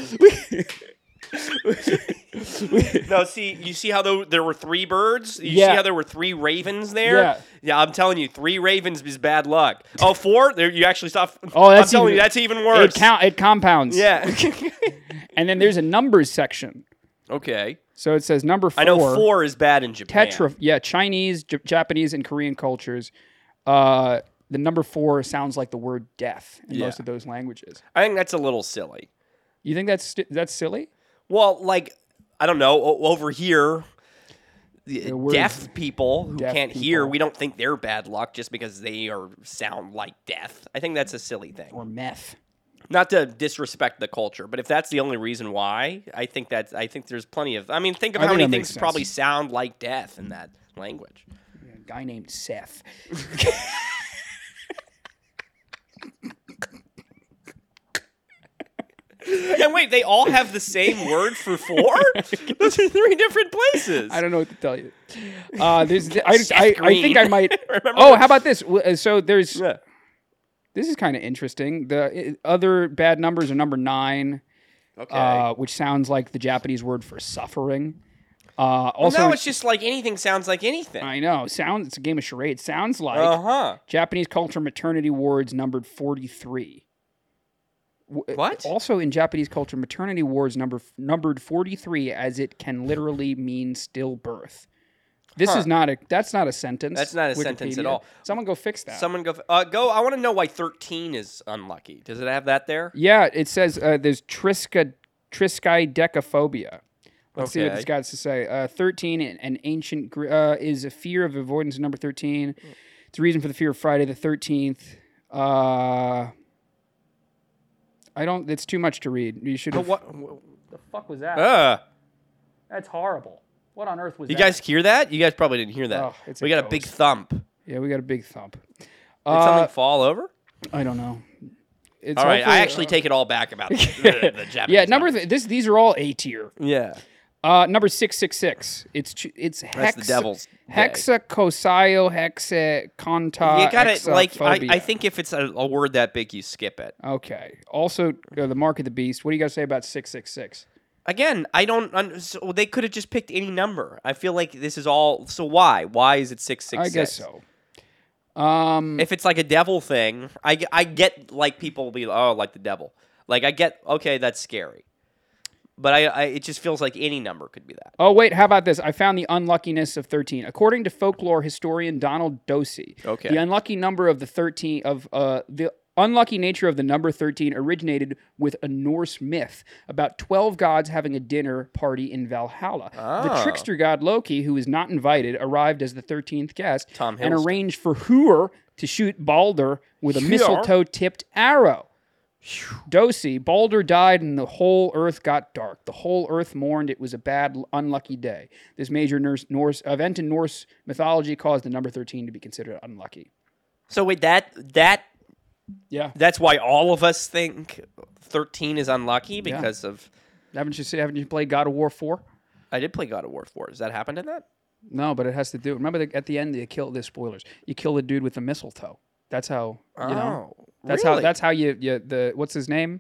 S2: No, see, you see how though there were three birds. You
S1: Yeah.
S2: see how there were three ravens there.
S1: Yeah.
S2: I'm telling you, three ravens is bad luck. Oh, four? There, you actually saw.
S1: Oh, that's
S2: I'm telling
S1: even-
S2: you, that's even
S1: it
S2: worse.
S1: count, it compounds.
S2: Yeah.
S1: And then there's a numbers section.
S2: okay.
S1: So it says number four.
S2: I know four is bad in Japan.
S1: Tetra. Yeah, Chinese, J- Japanese, and Korean cultures. Uh, the number four sounds like the word death in
S2: Yeah.
S1: most of those languages.
S2: I think that's a little silly.
S1: You think that's st- that's silly?
S2: Well, like I don't know. O- over here, the
S1: we're-
S2: deaf people who
S1: deaf
S2: can't hear,
S1: people.
S2: we don't think they're bad luck just because they are sound like death. I think that's a silly thing.
S1: Or meth?
S2: Not to disrespect the culture, but if that's the only reason why, I think that's. I think there's plenty of. I mean, think of
S1: I
S2: how
S1: think
S2: many
S1: that makes
S2: things
S1: sense.
S2: probably sound like death in that language.
S1: A guy named Seth.
S2: and wait, they all have the same word for four. Those are three different places.
S1: I don't know what to tell you. Uh, there's, I,
S2: Seth
S1: I, I think
S2: Green.
S1: I might.
S2: Remember
S1: oh,
S2: when-
S1: how about this? W- uh, So there's
S2: Yeah.
S1: this is kind of interesting. The uh, other bad numbers are number nine,
S2: Okay.
S1: uh, which sounds like the Japanese word for suffering. Uh,
S2: well,
S1: also,
S2: now it's just like anything sounds like anything.
S1: I know. Sounds. It's a game of charades. Sounds like.
S2: Uh huh.
S1: Japanese culture maternity wards numbered 43. W- uh,
S2: What?
S1: Also in Japanese culture, maternity wards number numbered 43 as it can literally mean stillbirth. This
S2: Huh.
S1: is not a that's not a sentence.
S2: That's not a sentence at
S1: Wikipedia.
S2: all.
S1: Someone go fix that.
S2: Someone go. Uh, go. I want to know why thirteen is unlucky. Does it have that there?
S1: yeah, it says uh, there's trisca triskidecaphobia. Let's see what this
S2: Okay.
S1: guy has to say. Uh, 13, an- an ancient Gr- uh, is a fear of avoidance. Number 13, it's a reason for the fear of Friday the 13th. Uh, I don't. It's too much to read. You should.
S2: But
S1: have
S2: what? wha-
S1: the fuck was that?
S2: Uh,
S1: That's horrible. What on earth was
S2: you
S1: that?
S2: guys hear that? You guys probably didn't hear that.
S1: Oh, it's a
S2: we got a big
S1: ghost.
S2: thump. Did
S1: Yeah, we got a big thump.
S2: something
S1: Uh,
S2: fall over?
S1: I don't know. It's
S2: All right. I
S1: hopefully- uh,
S2: actually take it all back about the, the, the Japanese.
S1: Yeah, number
S2: numbers.
S1: th- this. These are all A tier.
S2: Yeah.
S1: Uh, number six six six. It's ch- it's hex-
S2: That's the devil's. day.
S1: Hexa cosio hexa conta.
S2: You gotta like. I, I
S1: hexaphobia.
S2: think if it's a, a word that big, you skip it.
S1: Okay. Also, uh, the mark of the beast. What do you guys say about six six six?
S2: Again, I don't. Un- so they could have just picked any number. I feel like this is all. So why? Why is it six six?
S1: I guess so. Um.
S2: if it's like a devil thing, I, g- I get like people will be oh like the devil. Like I get okay, that's scary. But I, I it just feels like any number could be that.
S1: Oh, wait, how about this? I found the unluckiness of 13. According to folklore historian Donald Dosey,
S2: Okay.
S1: the unlucky number of the 13 of uh the unlucky nature of the number 13 originated with a Norse myth about 12 gods having a dinner party in Valhalla. The
S2: Ah.
S1: trickster god Loki, who was not invited, arrived as the 13th guest
S2: Tom
S1: and
S2: Hiddleston.
S1: arranged for Hur to shoot Balder with a mistletoe-tipped arrow. Dosi, Balder died and the whole earth got dark. The whole earth mourned. It was a bad, unlucky day. This major Norse, Norse event in Norse mythology caused the number 13 to be considered unlucky.
S2: So wait, that that
S1: Yeah.
S2: that's why all of us think thirteen is unlucky because of.
S1: Haven't you, seen, haven't you played God of War 4?
S2: I did play God of War four. Does that happen in that?
S1: No, but it has to do. Remember the, at the end, you kill the spoilers. You kill the dude with the mistletoe. That's how, you know.
S2: oh,
S1: That's how,
S2: really?
S1: that's how you, you, the, what's his name?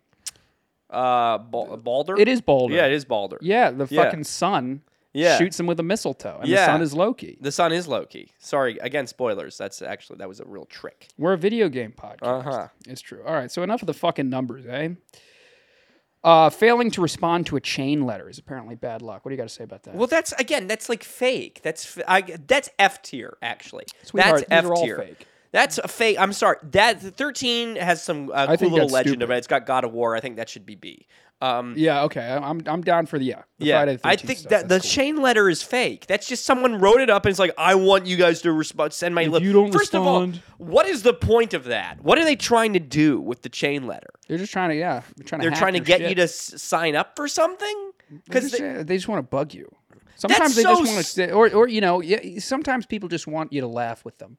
S2: uh Bal- Balder.
S1: It is Balder.
S2: Yeah, it is Balder.
S1: Yeah, the
S2: Yeah.
S1: fucking sun
S2: Yeah.
S1: shoots him with a mistletoe, and the
S2: Yeah.
S1: sun is Loki.
S2: The son is Loki. Sorry, again, spoilers. That's actually that was a real trick.
S1: We're a video game podcast.
S2: Uh-huh.
S1: It's true. All right, so enough of the fucking numbers, eh? Uh, failing to respond to a chain letter is apparently bad luck. What do you got to say about that?
S2: Well, that's again, that's like fake. That's f- I, that's F tier actually.
S1: Sweetheart,
S2: that's
S1: these are all
S2: F-tier.
S1: fake.
S2: That's a fake. I'm sorry. That thirteen has some uh, cool
S1: think
S2: little
S1: that's
S2: legend
S1: stupid.
S2: about it. It's got God of War. I think that should be B. Um,
S1: yeah, okay. I- I'm I'm down for the yeah. the
S2: yeah,
S1: Friday the
S2: I
S1: 13th
S2: think
S1: stuff.
S2: that the
S1: That's cool.
S2: chain letter is fake. That's just someone wrote it up and it's like, I want you guys to respond. Send my lip.
S1: you don't
S2: First
S1: respond-
S2: of all, what is the point of that? What are they trying to do with the chain letter?
S1: they're just trying to yeah, they're trying to
S2: They're
S1: hack
S2: trying to
S1: your
S2: get
S1: shit.
S2: you to s- sign up for something
S1: They're
S2: because
S1: just- they, just want to bug you. Sometimes they
S2: so
S1: just want
S2: s-
S1: to or or you know yeah, sometimes people just want you to laugh with them.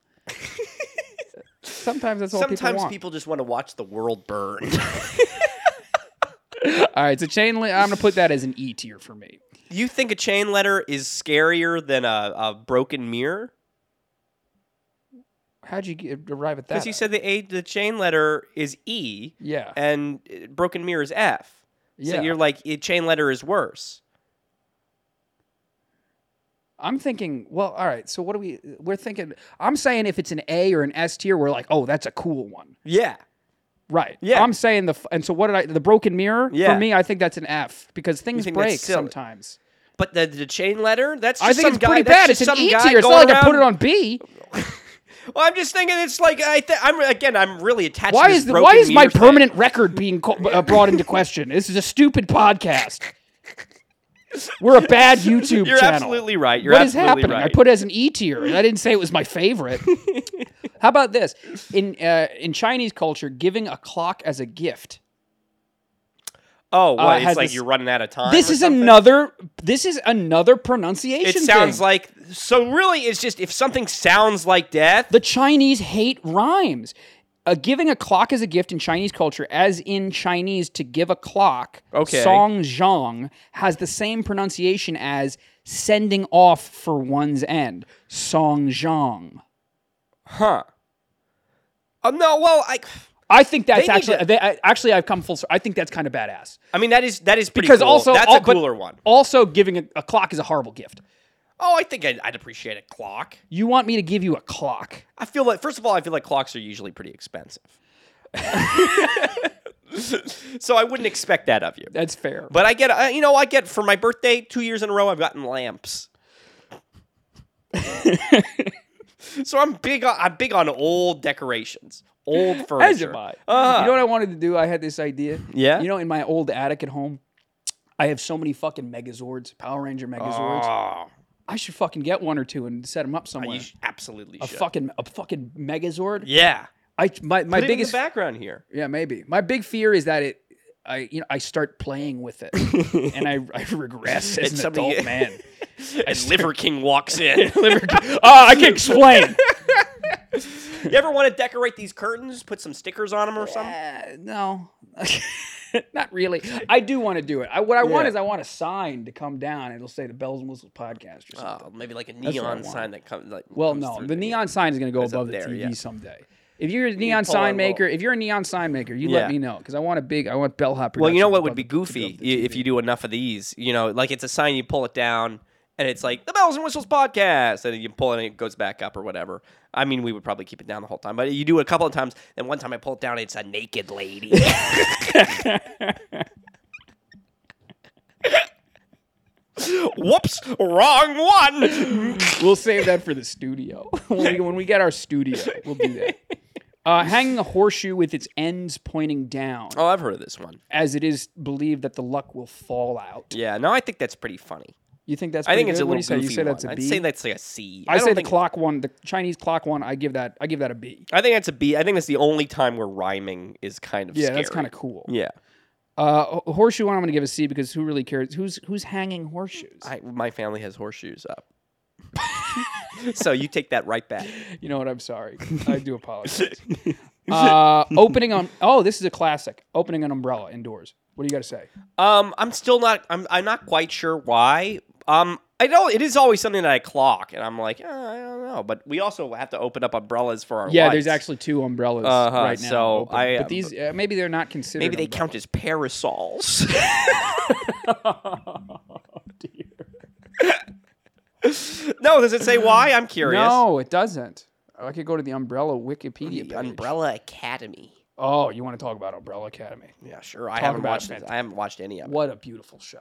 S1: sometimes that's all people
S2: sometimes
S1: want.
S2: people just want to watch the world burn.
S1: All right, so chain. Li- I'm gonna put that as an E tier for me.
S2: you think a chain letter is scarier than a, a broken mirror?
S1: How'd you get, arrive at that?
S2: Because you said the a, the chain letter is E
S1: yeah,
S2: and uh, broken mirror is F. So
S1: yeah.
S2: you're like a chain letter is worse.
S1: I'm thinking. Well, all right. So what do we? We're thinking. I'm saying if it's an A or an S tier, we're like, oh, that's a cool one,
S2: Yeah.
S1: right?
S2: Yeah.
S1: I'm saying the. f- And so what did I? The broken mirror.
S2: Yeah.
S1: For me, I think that's an F because things
S2: think that's
S1: break
S2: silly.
S1: sometimes.
S2: But the, the chain letter, that's just
S1: I think
S2: some
S1: it's
S2: guy,
S1: pretty
S2: that's
S1: bad. It's
S2: just
S1: an
S2: some
S1: E
S2: guy
S1: tier. It's
S2: going
S1: not like I put
S2: around-
S1: it on B.
S2: Well, I'm just thinking it's like I th- I'm again I'm really attached.
S1: Why
S2: to this
S1: is the,
S2: broken
S1: why is my
S2: mirror thing.
S1: permanent record being co- uh, brought into question? This is a stupid podcast. We're a bad YouTube
S2: You're
S1: channel.
S2: absolutely right. You're
S1: What is
S2: absolutely
S1: happening?
S2: right.
S1: I put it as an E tier. and I didn't say it was my favorite. How about this? In uh, in Chinese culture, giving a clock as a gift.
S2: oh,
S1: uh,
S2: what,
S1: has
S2: it's like
S1: this-
S2: you're running out of time.
S1: This
S2: or
S1: is
S2: something?
S1: another. This is another pronunciation.
S2: It sounds
S1: thing.
S2: like so. Really, it's just if something sounds like death.
S1: the Chinese hate rhymes. Uh, giving a clock as a gift in Chinese culture, as in Chinese to give a clock,
S2: Okay.
S1: song zhang has the same pronunciation as sending off for one's end. Song zhang.
S2: Huh. Oh no, well, I
S1: I think that's
S2: They need
S1: actually
S2: to-
S1: they, I, actually I've come full. cir- I think that's kind of badass.
S2: I mean that is that is pretty
S1: Because
S2: cool.
S1: also
S2: that's
S1: all-
S2: a
S1: but
S2: cooler one.
S1: Also, giving a, a clock is a horrible gift.
S2: Oh, I think I'd, I'd appreciate a clock.
S1: You want me to give you a clock?
S2: I feel like first of all, I feel like clocks are usually pretty expensive. so I wouldn't expect that of you.
S1: That's fair.
S2: But I get uh, you know, I get for my birthday 2 years in a row I've gotten lamps. so I'm big on I'm big on old decorations, old furniture.
S1: As am I. You know what I wanted to do? I had this idea.
S2: Uh-huh. Yeah?
S1: You know, in my old attic at home, I have so many fucking Megazords, Power Ranger Megazords.
S2: Oh,
S1: I should fucking get one or two and set them up somewhere.
S2: Ah, you sh- absolutely
S1: a
S2: should.
S1: fucking a fucking Megazord.
S2: yeah.
S1: I my my
S2: Put it in the
S1: biggest
S2: background here.
S1: yeah maybe my big fear is that it. I you know I start playing with it and I, I regress as
S2: It's
S1: an
S2: something-
S1: adult man.
S2: And Liver King walks in.
S1: Ah, I can explain.
S2: You ever want to decorate these curtains? Put some stickers on them or something?
S1: Uh, no, not really. I do want to do it. I, what I want
S2: Yeah.
S1: is I want a sign to come down. It'll say the Bells and Whistles podcast or something.
S2: Oh, maybe like a
S1: what I
S2: neon
S1: want.
S2: sign that comes. Like,
S1: well,
S2: comes
S1: no,
S2: through
S1: the neon sign is going to go
S2: It's up
S1: above the
S2: there,
S1: TV
S2: yeah.
S1: someday. If you're a neon
S2: pull our
S1: sign maker, if you're a neon sign maker, you
S2: Yeah.
S1: let me know because I want a big, I want bellhop.
S2: Well, you know
S1: Productions
S2: what would
S1: above
S2: be
S1: the-
S2: goofy
S1: above
S2: i-
S1: the
S2: if
S1: TV.
S2: you do enough of these? You know, like it's a sign you pull it down and it's like the Bells and Whistles podcast, and you pull it and it goes back up or whatever. I mean, we would probably keep it down the whole time, but you do it a couple of times, and one time I pull it down, it's a naked lady. Whoops, wrong one.
S1: We'll save that for the studio. when, we, when we get our studio, we'll do that. Uh, hanging a horseshoe with its ends pointing down,
S2: Oh, I've heard of this one.
S1: as it is believed that the luck will fall out.
S2: Yeah, no, I think that's pretty funny.
S1: You think that's?
S2: I think
S1: pretty
S2: it's a
S1: good? What
S2: little
S1: do you say? You say
S2: goofy one.
S1: that's a
S2: I'd
S1: B?
S2: say that's like a C.
S1: I
S2: don't
S1: say the
S2: think,
S1: clock one, the Chinese clock one. I give that. I give that a B.
S2: I think that's a B. I think that's the only time where rhyming is kind of
S1: Yeah,
S2: scary.
S1: that's kind of cool.
S2: yeah.
S1: Uh, ho- horseshoe one, I'm gonna give a C because who really cares? Who's who's hanging horseshoes?
S2: I, my family has horseshoes up. so you take that right back.
S1: you know what? I'm sorry. I do apologize. uh, opening um. Oh, this is a classic. Opening an umbrella indoors. What do you got to say?
S2: Um, I'm still not. I'm. I'm not quite sure why. Um, I know it is always something that I clock, and I'm like, "Uh, I don't know. But we also have to open up umbrellas for our.
S1: Yeah, there's
S2: lights.
S1: actually two umbrellas
S2: Uh-huh,
S1: right now.
S2: so
S1: open.
S2: I,
S1: but
S2: uh,
S1: these uh, maybe they're not considered.
S2: maybe they count as parasols. no, does it say why? I'm curious.
S1: No, it doesn't. Oh, I could go to the Umbrella Wikipedia page.
S2: The Umbrella Academy.
S1: Oh, you want to talk about Umbrella Academy?
S2: Yeah, sure. I
S1: Talk
S2: haven't
S1: about
S2: watched.
S1: fant-
S2: It. I haven't watched any of it.
S1: What a beautiful show.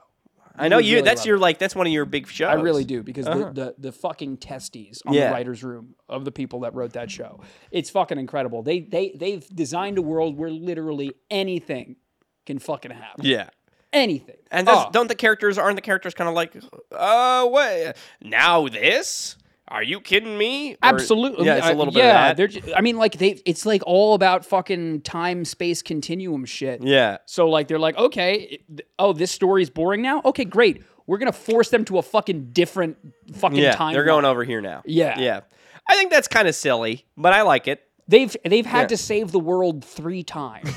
S2: I know
S1: would
S2: you.
S1: really
S2: that's
S1: love
S2: your like. That's one of your big shows.
S1: I really do because the, the the fucking testes on
S2: Uh-huh. Yeah.
S1: the writers' room of the people that wrote that show. It's fucking incredible. They they they've designed a world where literally anything can fucking happen.
S2: Yeah.
S1: Anything.
S2: And that's,
S1: Oh,
S2: don't the characters aren't the characters kind of like, uh, what? Now this? Are you kidding me? Or-
S1: absolutely.
S2: yeah, it's a
S1: I-
S2: little bit of
S1: yeah,
S2: that.
S1: They're ju- I mean, like they. It's like all about fucking time space continuum shit.
S2: Yeah.
S1: So like they're like, okay, it- th- oh, this story's boring now. Okay, great. We're gonna force them to a fucking different fucking
S2: Yeah.
S1: time.
S2: They're going over here now.
S1: Yeah.
S2: Yeah. I think that's kind of silly, but I like it.
S1: They've they've had
S2: Yeah.
S1: to save the world three times,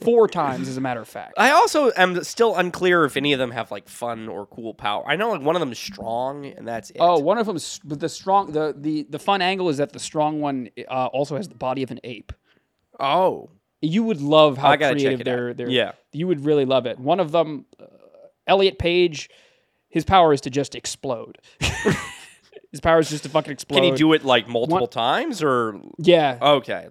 S1: four times, as a matter of fact.
S2: I also am still unclear if any of them have like fun or cool power. I know like one of them is strong, and that's it.
S1: Oh, one of them, but the strong, the the the fun angle is that the strong one uh, also has the body of an ape.
S2: oh,
S1: You would love how
S2: I gotta check
S1: creative
S2: it
S1: they're,
S2: out.
S1: they're.
S2: Yeah.
S1: you would really love it. One of them, uh, Elliot Page, his power is to just explode. his power is just to fucking explode.
S2: can he do it like multiple times or?
S1: Yeah,
S2: Okay,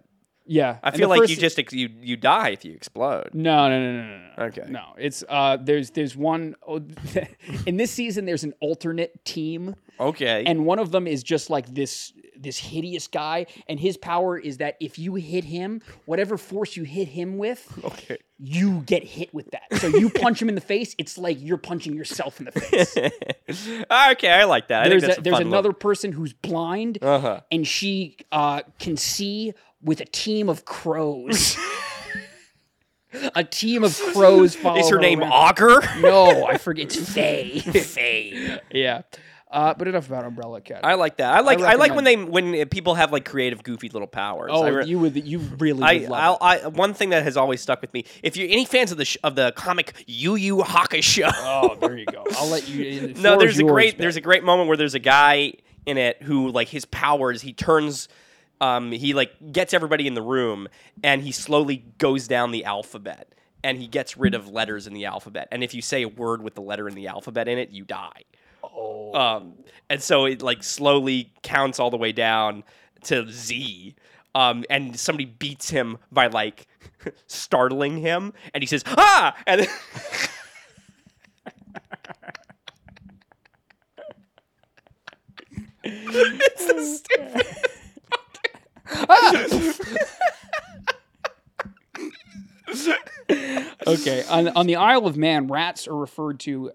S1: yeah.
S2: I
S1: And
S2: feel
S1: the
S2: like
S1: first-
S2: you just ex- you you die if you explode.
S1: No, no, no, no, no, no.
S2: Okay.
S1: No, it's uh. There's there's one oh, in this season. There's an alternate team,
S2: Okay,
S1: and one of them is just like this this hideous guy, and his power is that if you hit him, whatever force you hit him with,
S2: okay.
S1: you get hit with that. So you punch him in the face. It's like you're punching yourself in the face.
S2: Ah, okay, I like that. I think
S1: There's
S2: that's
S1: a,
S2: a
S1: there's
S2: fun
S1: another
S2: Look.
S1: person who's blind,
S2: Uh-huh.
S1: and she uh, can see with a team of crows. a team of crows.
S2: Is
S1: follow
S2: her name
S1: around.
S2: Auger?
S1: No, I forget. It's Faye. Faye. Yeah. Uh, but enough about Umbrella Academy.
S2: I like that. I like I, like when
S1: recommend
S2: they when people have like creative, goofy little powers.
S1: oh,
S2: I re-
S1: you would. You really
S2: I,
S1: would
S2: I'll,
S1: love.
S2: I one thing that has always stuck with me. If you're any fans of the sh- of the comic Yu Yu Hakusho,
S1: it. Oh, there you go. I'll let you.
S2: no, there's a great there's a great moment where there's a guy in it who like his powers he turns. Um, he like gets everybody in the room and he slowly goes down the alphabet and he gets rid of letters in the alphabet and if you say a word with the letter in the alphabet in it you die um, and so it like slowly counts all the way down to Z. Um, and somebody beats him by like startling him, and he says ah, and then,
S1: Okay. On, on the Isle of Man, rats are referred to.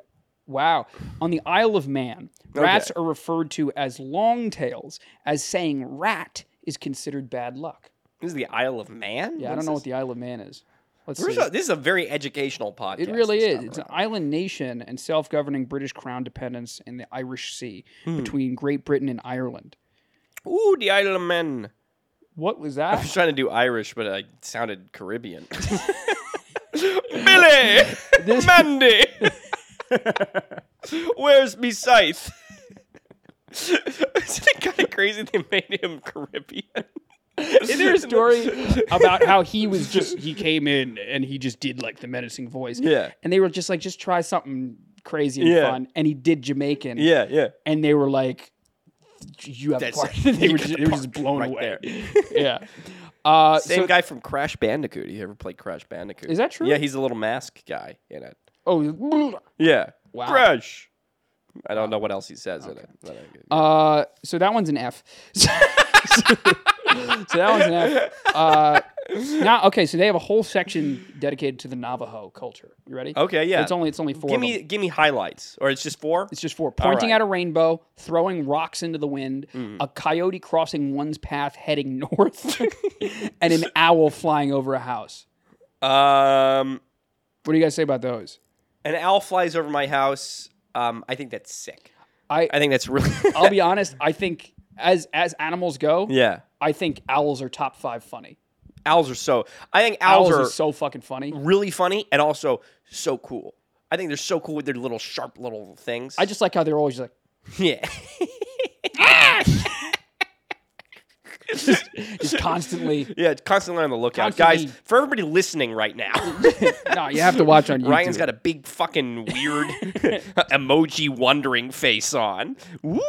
S1: Wow. On the Isle of Man, rats are referred to as long tails, as saying rat is considered bad luck.
S2: this is the Isle of Man.
S1: Yeah, I don't know what the Isle of Man is. Let's
S2: This?
S1: see.
S2: Where's the- this is a very educational podcast.
S1: It really
S2: this
S1: is.
S2: time
S1: It's
S2: around.
S1: an island nation and self governing British crown dependence in the Irish Sea
S2: Hmm.
S1: between Great Britain and Ireland.
S2: Ooh, the Isle of Man.
S1: What was
S2: I was
S1: that?
S2: trying to do Irish, but I sounded Caribbean. Billy, Mandy, where's me scythe? Isn't it kind of crazy they made him Caribbean?
S1: Is there a story about how he was just, he came in and he just did like the menacing voice?
S2: Yeah.
S1: And they were just like, just try something crazy and
S2: Yeah.
S1: fun. And he did Jamaican.
S2: Yeah, yeah.
S1: And they were like, you have
S2: That's
S1: a part.
S2: it.
S1: they,
S2: You
S1: were
S2: got
S1: just,
S2: the
S1: they were just
S2: part
S1: blown
S2: right
S1: away.
S2: there.
S1: Yeah. Uh,
S2: Same
S1: so,
S2: guy from Crash Bandicoot. You ever played Crash Bandicoot?
S1: Is that true?
S2: Yeah, he's a little mask guy in it.
S1: oh,
S2: Yeah.
S1: Wow.
S2: Crash. I don't know what else he says in it. but I-
S1: Uh, so that one's an F. so that one's an F. Uh, now, okay, so they have a whole section dedicated to the Navajo culture. You ready?
S2: Okay, yeah.
S1: It's only it's only four.
S2: give
S1: of
S2: me
S1: them.
S2: give me highlights, or it's just four.
S1: It's just four. Pointing
S2: right. Mm-hmm.
S1: at a rainbow, throwing rocks into the wind, a coyote crossing one's path heading north, and an owl flying over a house.
S2: um,
S1: What do you guys say about those?
S2: an owl flies over my house. Um, I think that's sick.
S1: I,
S2: I think that's really.
S1: I'll be honest. I think as as animals go,
S2: yeah,
S1: I think owls are top five funny.
S2: owls are so. I think
S1: Owls,
S2: owls,
S1: are,
S2: are
S1: so fucking funny.
S2: really funny and also so cool. I think they're so cool with their little sharp little things.
S1: I just like how they're always like
S2: yeah.
S4: Ah,
S1: just constantly.
S2: Yeah, constantly on the lookout.
S1: Constantly-
S2: Guys, for everybody listening right now,
S1: No, you have to watch on YouTube.
S2: Ryan's got a big fucking weird emoji wondering face on. Woo!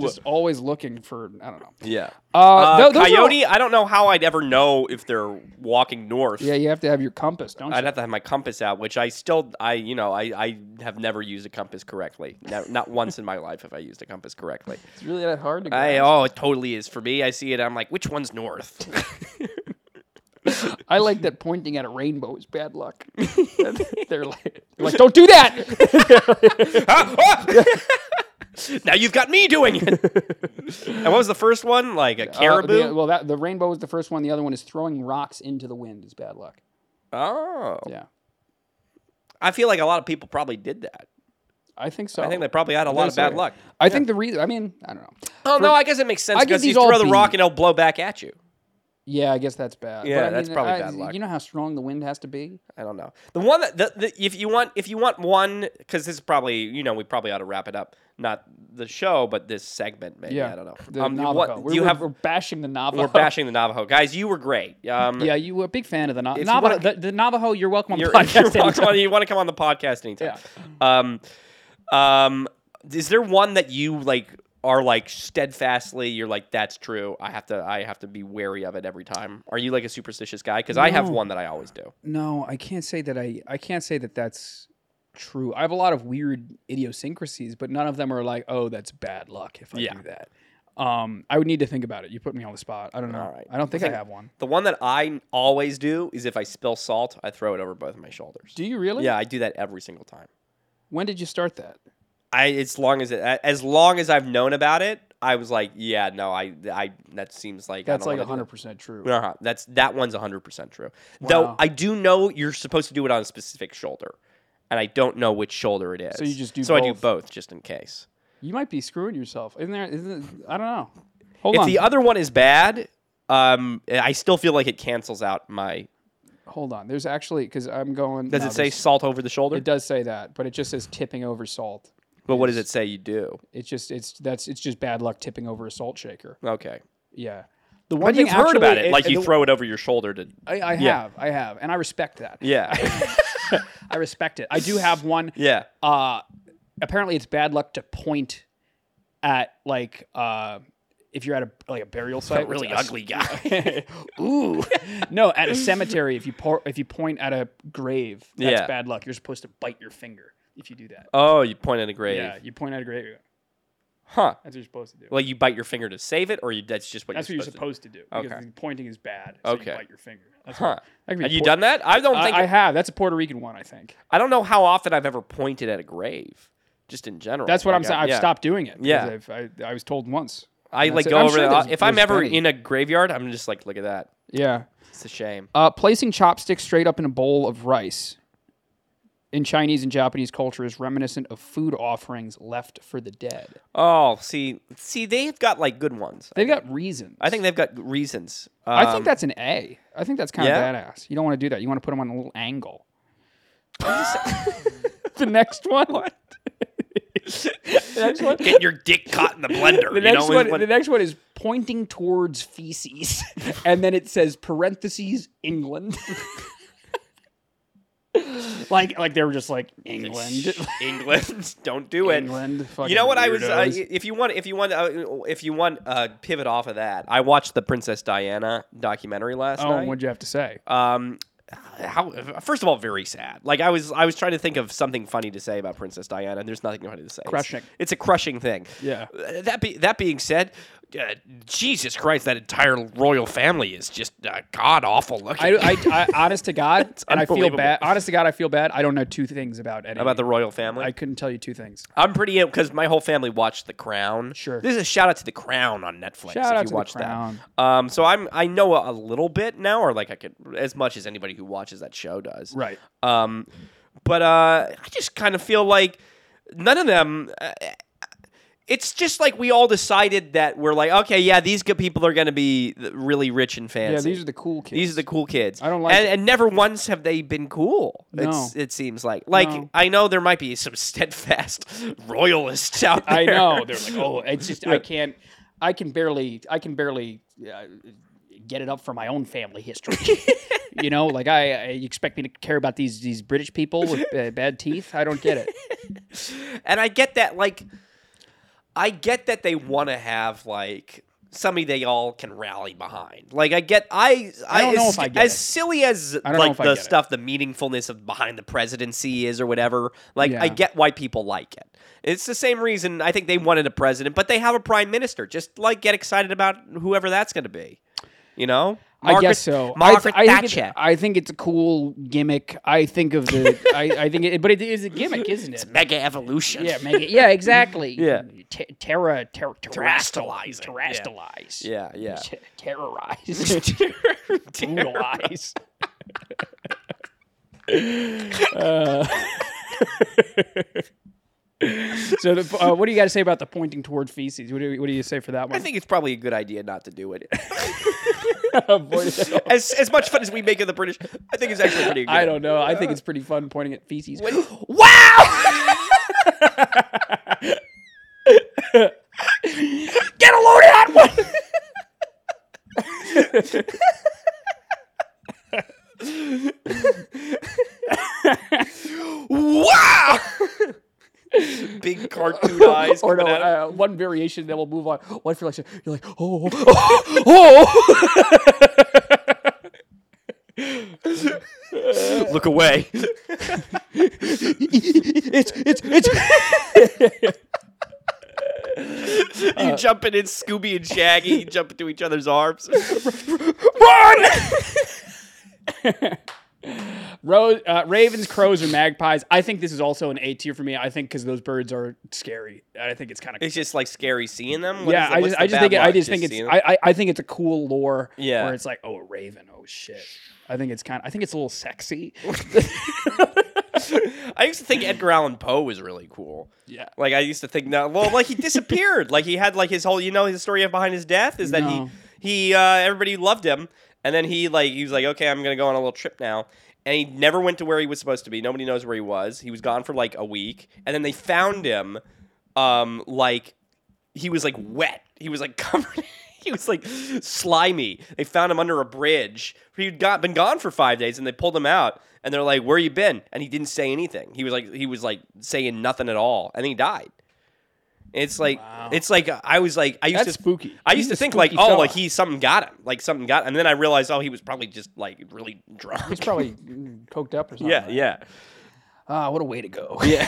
S1: just always looking for I don't know.
S2: yeah.
S1: Uh,
S2: Uh,
S1: tho- those are all-
S2: coyote, I don't know how I'd ever know if they're walking north.
S1: yeah, you have to have your compass, don't
S2: I'd
S1: you?
S2: have to have my compass out, which I still, I you know, I, I have never used a compass correctly. No, not once in my life have I used a compass correctly.
S1: It's really that hard to.
S2: I
S1: grasp.
S2: oh, it totally is for me. I see it. I'm like, which one's north?
S1: I like that pointing at a rainbow is bad luck. they're like, they're like, don't do that.
S2: Ah, now you've got me doing it. and what was the first one? Like a
S1: Uh, the-
S2: caribou?
S1: well, that the rainbow was the first one. The other one is throwing rocks into the wind is bad luck.
S2: oh,
S1: Yeah,
S2: I feel like a lot of people probably did that.
S1: I think so.
S2: I think they probably had a lot of bad
S1: so.
S2: luck.
S1: I think the reason. I mean, I don't know.
S2: Oh no, I guess it makes sense
S1: I give
S2: because you
S1: these all
S2: throw the
S1: B.
S2: rock and it'll blow back at you.
S1: Yeah, I guess that's bad.
S2: Yeah,
S1: I
S2: that's
S1: mean,
S2: probably
S1: I-
S2: bad luck.
S1: You know how strong the wind has to be.
S2: I don't know. The one that the, the, if you want if you want one because this is probably you know we probably ought to wrap it up. Not the show, but this segment maybe. I don't know.
S1: The
S2: Um, you
S1: Navajo.
S2: want-
S1: we're,
S2: you
S1: we're-
S2: have
S1: we're
S2: we're,
S1: bashing the Navajo.
S2: bashing the Navajo guys. You were great. Um,
S1: Yeah, you were a big fan of the Navajo.
S2: you
S1: Navajo
S2: wanna-
S1: the, the Navajo. You're welcome on
S2: You're,
S1: the podcast.
S2: you're welcome
S1: anytime.
S2: on- you want to come on the podcast anytime. Um, um, is there one that you like are like steadfastly? You're like that's true. I have to. I have to be wary of it every time. Are you like a superstitious guy? Because I have
S1: No.
S2: one that I always do.
S1: No, I can't say that. I I can't say that that's true. I have a lot of weird idiosyncrasies, but none of them are like, oh, that's bad luck if I
S2: Yeah.
S1: do that. Um, I would need to think about it. You put me on the spot. I don't know.
S2: All right.
S1: I don't think
S2: Think-
S1: I have one.
S2: The one that I always do is if I spill salt, I throw it over both of my shoulders.
S1: Do you really?
S2: Yeah, I do that every single time.
S1: When did you start that?
S2: I as long as it, as long as I've known about it, I was like, yeah, no, I I that seems like
S1: That's
S2: I
S1: like
S2: don't wanna do that.
S1: 100% true.
S2: Uh-huh. That's that one's 100% true.
S1: Wow.
S2: Though I do know you're supposed to do it on a specific shoulder, and I don't know which shoulder it is.
S1: you just do
S2: So I do
S1: both.
S2: both just in case.
S1: You might be screwing yourself. Isn't there? Isn't, I don't know. Hold
S2: if
S1: on.
S2: the other one is bad, um, I still feel like it cancels out my.
S1: Hold on. There's actually because I'm going.
S2: Does
S1: no,
S2: it say
S1: there's-
S2: salt over the shoulder?
S1: It does say that, but it just says tipping over salt.
S2: but what does it say you do?
S1: It's just it's that's it's just bad luck tipping over a salt shaker.
S2: Okay.
S1: Yeah. The one
S2: But you've heard about it, like you
S1: throw.
S2: throw it over your shoulder to.
S1: I, I
S2: Yeah.
S1: have, I have, and I respect that.
S2: Yeah.
S1: I respect it. I do have one.
S2: yeah.
S1: Uh, apparently, it's bad luck to point at like uh, if you're at a like a burial site.
S3: really
S1: which-
S3: ugly guy.
S1: Ooh, no, at a cemetery. If you por- if you point at a grave, that's
S2: Yeah.
S1: bad luck. You're supposed to bite your finger if you do that.
S2: Oh, you point at a grave.
S1: Yeah, you point at a grave. you go,
S2: Huh.
S1: That's what you're supposed to do.
S2: Well, you bite your finger to save it, or you, that's just what
S1: that's
S2: you're
S1: what you're supposed
S2: supposed
S1: to do. Because
S2: Okay.
S1: the pointing is bad. So
S2: Okay.
S1: You bite your finger. That's
S2: to. Huh.
S1: what- that could be
S2: Have you
S1: por-
S2: done that? I don't
S1: I,
S2: think
S1: I have. That's a Puerto Rican one, I think.
S2: I don't know how often I've ever pointed at a grave, just in general.
S1: That's what
S2: Like,
S1: I'm saying.
S2: I-
S1: I've
S2: yeah.
S1: stopped doing it. because
S2: Yeah.
S1: I've, I, I was told once.
S2: I
S1: That's
S2: like
S1: it.
S2: go
S1: I'm
S2: over.
S1: sure
S2: the-
S1: there's-
S2: if I'm
S1: there's
S2: ever
S1: plenty.
S2: in a graveyard, I'm just like, look at that.
S1: Yeah.
S2: It's a shame.
S1: Uh, placing chopsticks straight up in a bowl of rice in Chinese and Japanese culture is reminiscent of food offerings left for the dead.
S2: Oh, see, see, they've got like good ones.
S1: They've got reasons.
S2: I think they've got reasons. Um,
S1: I think that's an A. I think that's kind of
S2: yeah.
S1: badass. You don't want to do that. You want to put them on a little angle. the next one. the next one.
S3: Get your dick caught in the blender.
S1: The
S3: you
S1: next
S3: know,
S1: one.
S3: what-
S1: The next one is pointing towards feces, and then it says parentheses England. like, like they were just like England,
S2: England. Don't do it.
S1: England.
S2: You know what I was? Uh, if you want, if you want, uh, if you want, uh, pivot off of that. I watched the Princess Diana documentary last
S1: oh,
S2: night.
S1: what'd you have to say?
S2: Um, how first of all very sad. Like I was I was trying to think of something funny to say about Princess Diana and there's nothing funny to say. It's-
S1: Crushing.
S2: It's, a crushing thing.
S1: Yeah.
S2: Uh, That be, that being said,
S3: Uh, Jesus Christ, that entire royal family is just uh, god awful looking.
S1: I, I, I honest to God, and I feel
S2: unbelievable.
S1: bad. Honest to God, I feel bad. I don't know two things about any.
S2: about the royal family.
S1: I couldn't tell you two things.
S2: I'm pretty because my whole family watched The Crown.
S1: Sure.
S2: This is a shout out to The Crown on Netflix.
S1: Shout
S2: if
S1: out
S2: you
S1: to The
S2: watch
S1: Crown.
S2: That. Um, so I'm I know a, a little bit now, or like I could as much as anybody who watches that show does.
S1: Right.
S2: Um, but uh, I just kind of feel like none of them. Uh, it's just like we all decided that we're like, okay, yeah, these good people are going to be th- really rich and fancy.
S1: Yeah, these are the cool kids.
S2: These are the cool kids.
S1: I don't like
S2: and,
S1: it.
S2: and never once have they been cool. It's,
S1: No.
S2: it seems like like
S1: No.
S2: I know there might be some steadfast royalists out there.
S1: I know. They're like, oh, it's just I can't. I can barely. I can barely uh, get it up for my own family history. you know, like I, I you expect me to care about these these British people with uh, bad teeth. I don't get it.
S2: and I get that. Like, I get that they want to have like somebody they all can rally behind. Like, I get. I
S1: I don't know
S2: as,
S1: if I get
S2: as
S1: it.
S2: silly as
S1: don't know
S2: like
S1: if I
S2: the
S1: get it.
S2: stuff, the meaningfulness of behind the presidency is or whatever. Like, I
S1: Yeah.
S2: get why people like it. It's the same reason I think they wanted a president, but they have a prime minister. Just like get excited about whoever that's going to be. You know,
S1: I guess so. I th-
S2: Margaret
S1: I, think
S2: Thatcher.
S1: it's, I think it's a cool gimmick. I think of the. I, I think it, but it is a gimmick, isn't it?
S3: Mega evolution.
S1: Yeah, make it, yeah, exactly.
S2: Yeah.
S1: Te- terra, ter- terrastalize,
S3: Terrastalizing, yeah.
S1: terrastalize,
S2: yeah, yeah.
S1: Te- terrorize, brutalize. Uh, so, the, uh, what do you got to say about the pointing toward feces? What do you, what do you say for that one?
S2: I think it's probably a good idea not to do it.
S1: Avoid it.
S2: as as much fun as we make of the British, I think it's actually pretty good.
S1: I don't know. I think it's pretty fun pointing at feces.
S2: Wow! Get a load of that one. wow! Big cartoon eyes.
S1: or no,
S2: coming out of-
S1: uh, one variation, then we'll move on. One variation, you're like, oh, oh, oh.
S2: Look away.
S1: it's it's it's. Uh,
S2: you jumping in Scooby and Shaggy, jump into each other's arms.
S1: Ro- uh, ravens, crows, or magpies. I think this is also an A tier for me. I think because those birds are scary. I think it's kind of
S2: It's just like scary seeing them. What
S1: yeah.
S2: is it-
S1: I
S2: what's
S1: just
S2: the
S1: I just
S2: bad
S1: think it, I
S2: luck?
S1: just think
S2: seeing
S1: it's
S2: them?
S1: I, I I think it's a cool lore.
S2: Yeah.
S1: where it's like oh a raven, oh shit. I think it's kind. I think it's a little sexy.
S2: I used to think Edgar Allan Poe was really cool.
S1: Yeah.
S2: Like I used to think that well, like he disappeared. like he had like his whole you know his story of behind his death is that
S1: No.
S2: he he uh, everybody loved him and then he like he was like okay I'm gonna go on a little trip now and he never went to where he was supposed to be. Nobody knows where he was. He was gone for like a week and then they found him um like he was like wet. He was like covered. He was like slimy. They found him under a bridge. He'd got been gone for five days, and they pulled him out. And they're like, "Where you been?" And he didn't say anything. He was like, he was like saying nothing at all, and he died. It's like, it's like I was like, I used
S1: That's
S2: to
S1: spooky.
S2: I
S1: He's
S2: used to
S1: a
S2: think like,
S1: spooky
S2: oh,
S1: fella.
S2: like he something got him, like something got, and then I realized, oh, he was probably just like really drunk.
S1: He's probably mm, coked up or something.
S2: yeah, yeah.
S1: Ah, what a way to go. Yeah.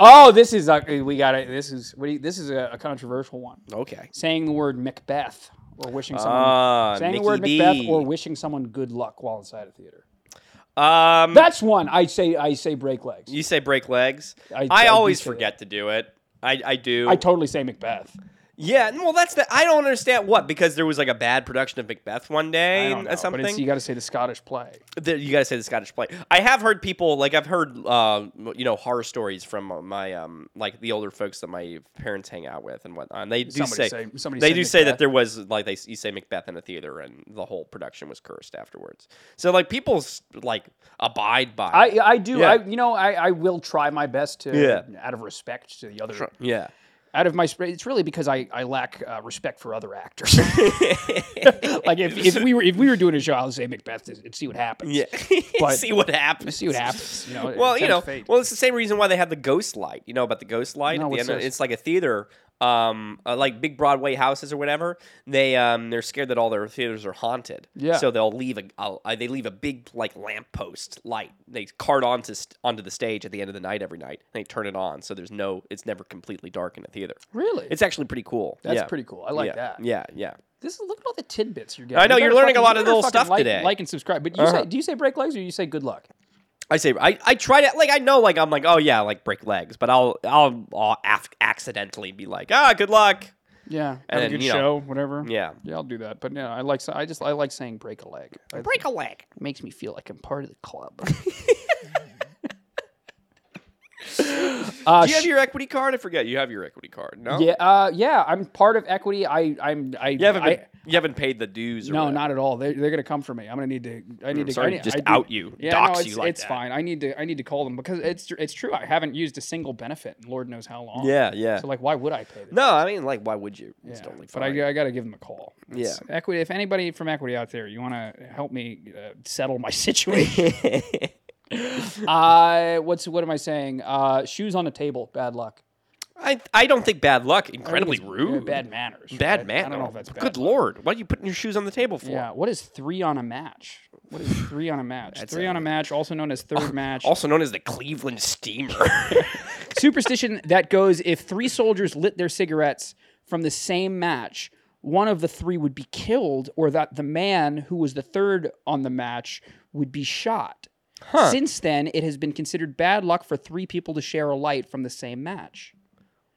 S1: oh, this is uh, we got it. This is what do you, this is a, a controversial one.
S2: Okay.
S1: Saying the word Macbeth or wishing someone
S2: Ah,
S1: saying the
S2: Mickey
S1: word
S2: B.
S1: Macbeth or wishing someone good luck while inside a theater.
S2: um,
S1: That's one I say. I say break legs.
S2: you say break legs.
S1: I-
S2: I,
S1: I do
S2: always
S1: say that.
S2: forget to do it. I, I do.
S1: I totally say Macbeth.
S2: Yeah, and- well, that's the I don't understand what because there was like a bad production of Macbeth one
S1: I
S2: day
S1: don't know,
S2: or
S1: but it's,
S2: something.
S1: you got to say the Scottish play.
S2: The- you gotta say the Scottish play. I have heard people like I've heard uh, you know horror stories from my um like the older folks that my parents hang out with and whatnot. And they do
S1: Somebody
S2: say,
S1: say- somebody
S2: they
S1: say
S2: do say that
S1: Macbeth.
S2: there was like they you say Macbeth in a theater and the whole production was cursed afterwards. So like people s- like abide by. it.
S1: I I do.
S2: Yeah.
S1: I you know I, I will try my best to
S2: Yeah.
S1: out of respect to the other
S2: yeah.
S1: out of my sp- it's really because I, I lack uh, respect for other actors. like if, if we were if we were doing a show, I would say Macbeth and and see what happens.
S2: Yeah.
S1: But-
S2: See what happens.
S1: see what happens. You know,
S2: Well, you
S1: accept
S2: know,
S1: fate.
S2: well, it's the same reason why they have the ghost light. You know about the ghost light
S1: No,
S2: at the
S1: what's
S2: end. Of,
S1: this?
S2: it's like a theater. um, uh, like big Broadway houses or whatever, they um, they're scared that all their theaters are haunted.
S1: Yeah.
S2: So they'll leave a a- uh, they leave a big like lamppost light. They cart onto st- onto the stage at the end of the night every night. And they turn it on so there's no it's never completely dark in a theater.
S1: Really?
S2: It's actually pretty cool.
S1: That's
S2: yeah.
S1: pretty cool. I like
S2: yeah.
S1: that.
S2: Yeah, yeah.
S1: This is look at all the tidbits you're getting.
S2: I know,
S1: You
S2: you're
S1: better
S2: learning a
S1: fucking-
S2: lot
S1: you
S2: of little
S1: better
S2: stuff
S1: fucking like,
S2: today.
S1: Like and subscribe. But you
S2: Uh-huh.
S1: say, do you say break legs or you say good luck?
S2: I say I, I try to like I know like I'm like oh yeah like break legs but I'll I'll, I'll ac- accidentally be like ah good luck
S1: Yeah, have a
S2: And then,
S1: good
S2: you know,
S1: show, whatever.
S2: yeah
S1: yeah, I'll do that. But no, I like I just I like saying break a leg. It
S4: Break a leg.
S1: makes me feel like I'm part of the club. uh,
S2: do you have
S1: sh-
S2: your equity card I forget you have your equity card no
S1: yeah, uh, yeah, I'm part of equity. I I'm I
S2: Oh. you haven't
S1: I-
S2: been, you haven't paid the dues or
S1: no,
S2: whatever.
S1: not at all. They they're gonna come for me. I'm gonna need to. I need to.
S2: sorry
S1: I
S2: to
S1: need,
S2: just
S1: I do-
S2: out you,
S1: Yeah,
S2: dox
S1: no, it's,
S2: you like
S1: it's
S2: that.
S1: fine. I need to. I need to call them because it's tr- it's true. I haven't used a single benefit. in Lord knows how long.
S2: yeah yeah
S1: So like, why would I pay? Them?
S2: no I mean like why would you it's
S1: Yeah,
S2: totally
S1: but
S2: fine
S1: I, I got to give them a call. It's- equity. If anybody from equity out there, you want to help me uh, settle my situation? I what's what am I saying? Uh, shoes on the table. Bad luck.
S2: I I don't think bad luck
S1: I think
S2: incredibly
S1: it's- yeah,
S2: rude
S1: Bad manners.
S2: bad
S1: right?
S2: man
S1: I don't know if that's bad.
S2: good lord what are you putting your shoes on the table for
S1: Yeah. What is three on a match? What is three on a match? three on a match, also known as third match.
S2: also known as the Cleveland Steamer
S1: Superstition that goes if three soldiers lit their cigarettes from the same match, one of the three would be killed, or that the man who was the third on the match would be shot. Since then, it has been considered bad luck for three people to share a light from the same match.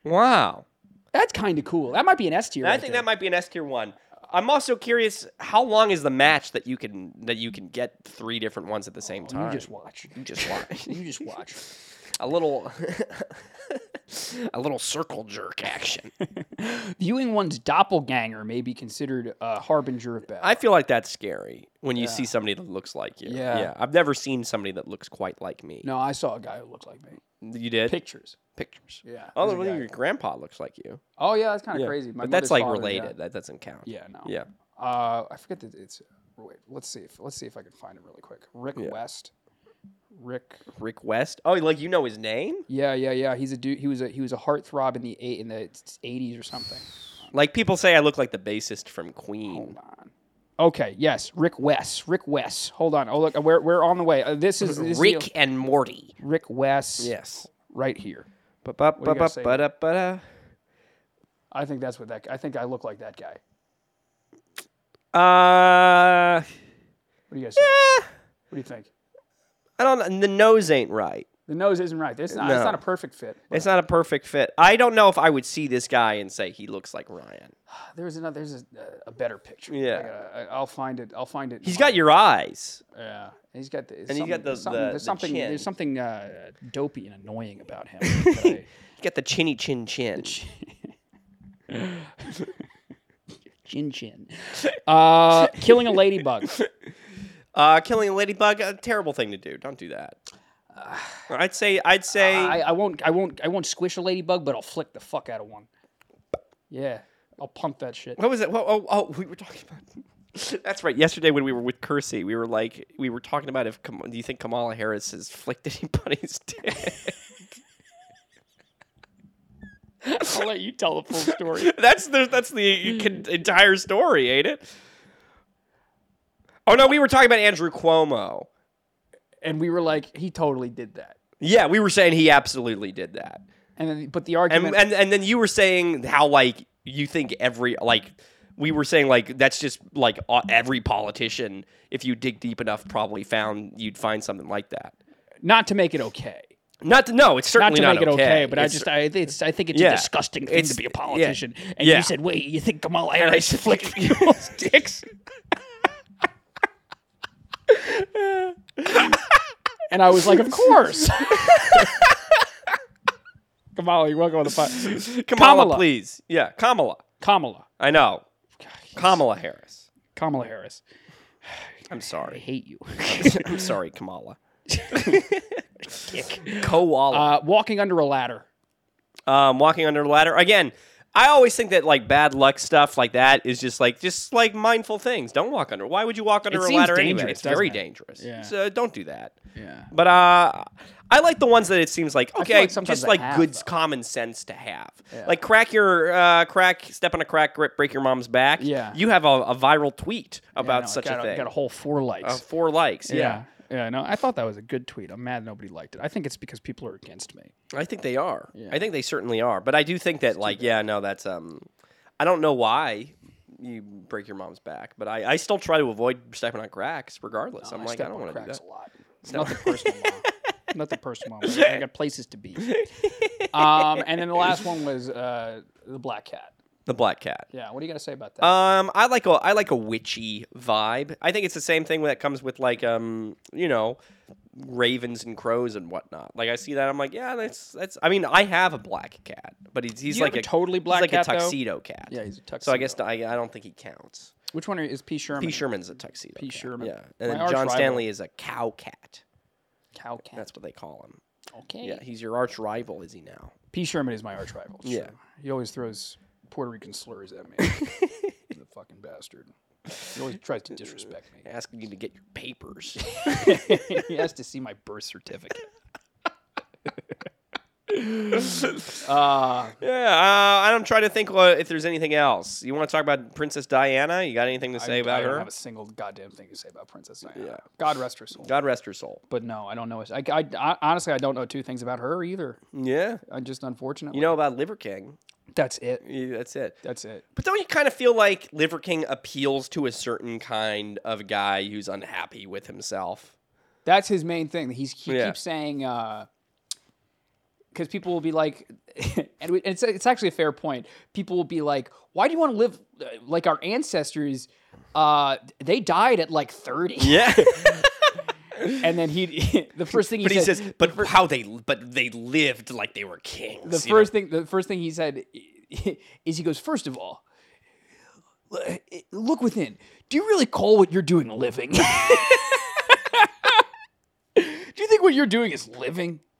S2: wow
S1: That's kind of cool. That might be an S tier.
S2: I
S1: right
S2: think
S1: there.
S2: that might be an S tier one. I'm also curious how long is the match that you can that you can get three different ones at the same time.
S1: Oh, You just watch. You just watch. you just watch.
S2: a little a little circle jerk action.
S1: Viewing one's doppelganger may be considered a harbinger of bad.
S2: I feel like that's scary when you see somebody that looks like you.
S1: Yeah.
S2: I've never seen somebody that looks quite like me.
S1: no, I saw a guy who looked like me.
S2: You did
S1: Pictures.
S2: pictures.
S1: Yeah.
S2: Oh,
S1: there's a
S2: well,
S1: guy.
S2: your grandpa looks like you.
S1: Oh yeah, that's kind of
S2: Yeah.
S1: crazy. My
S2: but that's
S1: mother's
S2: like
S1: father, yeah.
S2: related. That doesn't count.
S1: Yeah, no.
S2: Yeah.
S1: Uh, I forget that it's. Wait, let's see if let's see if I can find it really quick. Rick West. Rick.
S2: Rick West. Oh, like you know his name?
S1: Yeah, yeah, yeah. He's a dude. He was a he was a heartthrob in the eight in the eighties or something.
S2: Like people say I look like the bassist from Queen.
S1: Hold on. Okay. Yes, Rick West. Rick West. Hold on. Oh look, we're we're on the way. Uh, this is this
S2: Rick
S1: Is
S2: and Morty.
S1: the, Rick West.
S2: Yes.
S1: Right here.
S2: Ba ba
S1: do you gotta
S2: ba ba
S1: say?
S2: ba da ba da.
S1: I think that's what that. I think I look like that guy.
S2: Uh,
S1: What do you guys think?
S2: eh,
S1: What do you think?
S2: I don't. know. The nose ain't right.
S1: The nose isn't right. It's not. It's
S2: No.
S1: not a perfect fit.
S2: It's not a perfect fit. I don't know if I would see this guy and say he looks like Ryan.
S1: There's another. There's a, a better picture.
S2: Yeah.
S1: I gotta, I, I'll find it. I'll find it.
S2: He's
S1: He's
S2: got your eyes.
S1: Yeah, he's got the. And
S2: he's got the-
S1: something,
S2: the-
S1: there's
S2: the
S1: something.
S2: chin.
S1: There's something uh, dopey and annoying about him. that I-
S2: He got the chinny chin chin.
S1: chin chin. Uh, killing a ladybug.
S2: Uh, killing a ladybug, a terrible thing to do. Don't do that. I'd say. I'd say.
S1: I, I won't. I won't. I won't squish a ladybug, but I'll flick the fuck out of one. Yeah, I'll pump that shit.
S2: what was it? What, oh, oh, we were talking about. That's right. Yesterday when we were with Kersey, we were like, we were talking about if Kam- do you think Kamala Harris has flicked anybody's dick?
S1: I'll let you tell the full story.
S2: That's the that's the con- entire story, ain't it? Oh no, we were talking about Andrew Cuomo.
S1: And we were like, he totally did that.
S2: Yeah, we were saying he absolutely did that,
S1: And then, but the
S2: and
S1: argument.
S2: and and then you were saying how like you think every like we were saying like that's just like a- every politician if you dig deep enough probably found you'd find something like that.
S1: not to make it okay.
S2: Not to no, it's
S1: Not
S2: certainly
S1: to
S2: not,
S1: make it okay, but I
S2: It's-
S1: just I it's, I think it's
S2: Yeah.
S1: a disgusting thing
S2: It's-
S1: to be a
S2: yeah.
S1: politician. And
S2: Yeah.
S1: you said, "Wait, you think Kamala Harris flicked people's dicks?" and I was like, "Of course." Kamala, you're welcome on the podcast.
S2: Kamala,
S1: Kamala.
S2: please, yeah, Kamala.
S1: Kamala,
S2: I know, Kamala Harris.
S1: Kamala Harris.
S2: I'm
S1: I
S2: sorry,
S1: hate you.
S2: I'm sorry, Kamala. Koala.
S1: Uh, walking under a ladder. Uh,
S2: um, walking under a ladder again I always think that like bad luck stuff like that is just like just like mindful things. Don't walk under. Why would you walk under
S1: It
S2: a
S1: seems
S2: ladder anyway?
S1: dangerous,
S2: It's very
S1: doesn't it?
S2: dangerous.
S1: Yeah.
S2: So don't do that.
S1: Yeah.
S2: But uh, I like the ones that it seems like okay,
S5: like sometimes
S2: just
S5: I
S2: like
S5: have
S2: good common sense to have. Like crack your uh, crack, step on a crack, grip, break your mom's back.
S1: Yeah.
S2: you have a, a viral tweet
S1: I
S2: about
S1: know, it
S2: such
S1: got
S2: a thing.
S1: Got a whole four likes.
S2: Uh, four likes. Yeah.
S1: yeah. Yeah, no, I thought that was a good tweet. I'm mad nobody liked it. I think it's because people are against me.
S2: I think they are. I think they certainly are. But I do think that like yeah, no, that's um, I don't know why. You break your mom's back, but I, I still try to avoid stepping on cracks regardless. I'm like, I
S1: step on
S2: don't want to do
S1: cracks
S2: that.
S1: a lot. It's not the personal one. Not the personal one. I got places to be. Um, and then the last one was uh, the black cat.
S2: The black cat.
S1: Yeah, what do you got to say about that?
S2: Um, I like a I like a witchy vibe. I think it's the same thing that comes with like um, you know, ravens and crows and whatnot. Like I see that, I'm like, yeah, that's that's. I mean, I have a black cat, but he's, he's
S1: You
S2: like
S1: have a totally black
S2: he's like
S1: cat, though?
S2: a tuxedo cat.
S1: yeah, he's a tuxedo.
S2: so I guess I, I don't think he counts.
S1: which one are, is P Sherman?
S2: P. Sherman's a tuxedo.
S1: P.
S2: cat,
S1: Sherman.
S2: Yeah, and
S1: My
S2: then
S1: arch
S2: John
S1: rival.
S2: Stanley is a cow cat.
S1: cow cat.
S2: That's what they call him.
S1: okay.
S2: Yeah, he's your arch rival, is he now?
S1: P Sherman is my arch rival. it's
S2: Yeah.
S1: true. he always throws Puerto Rican slurs at me. the fucking bastard. He always tries to disrespect me.
S2: Asking you to get your papers.
S1: he has to see my birth certificate. uh,
S2: Yeah, uh, and I'm trying to think uh, if there's anything else. You want to talk about Princess Diana? You got anything to say
S1: I,
S2: about
S1: I
S2: her?
S1: don't have a single goddamn thing to say about Princess Diana. God rest her soul.
S2: God rest her soul.
S1: But no, I don't know. I, I, I- honestly, I don't know two things about her either.
S2: Yeah.
S1: I just unfortunately,
S2: You know about Liver King?
S1: that's it.
S2: Yeah, That's it.
S1: That's it.
S2: But don't you kind of feel like Liver King appeals to a certain kind of guy who's unhappy with himself?
S1: That's his main thing. He's, he
S2: Yeah.
S1: keeps saying, because people will be like, and we- it's, it's actually a fair point. People will be like, why do you want to live uh, like our ancestors? Uh, they died at like 30.
S2: Yeah.
S1: And then he, the first thing he
S2: but he
S1: said,
S2: says, but how they, but they lived like they were kings.
S1: the
S2: you know?
S1: first thing, the first thing he said is he goes, first of all, l- eh, look within. Do you really call what you're doing living? do you think what you're doing is living?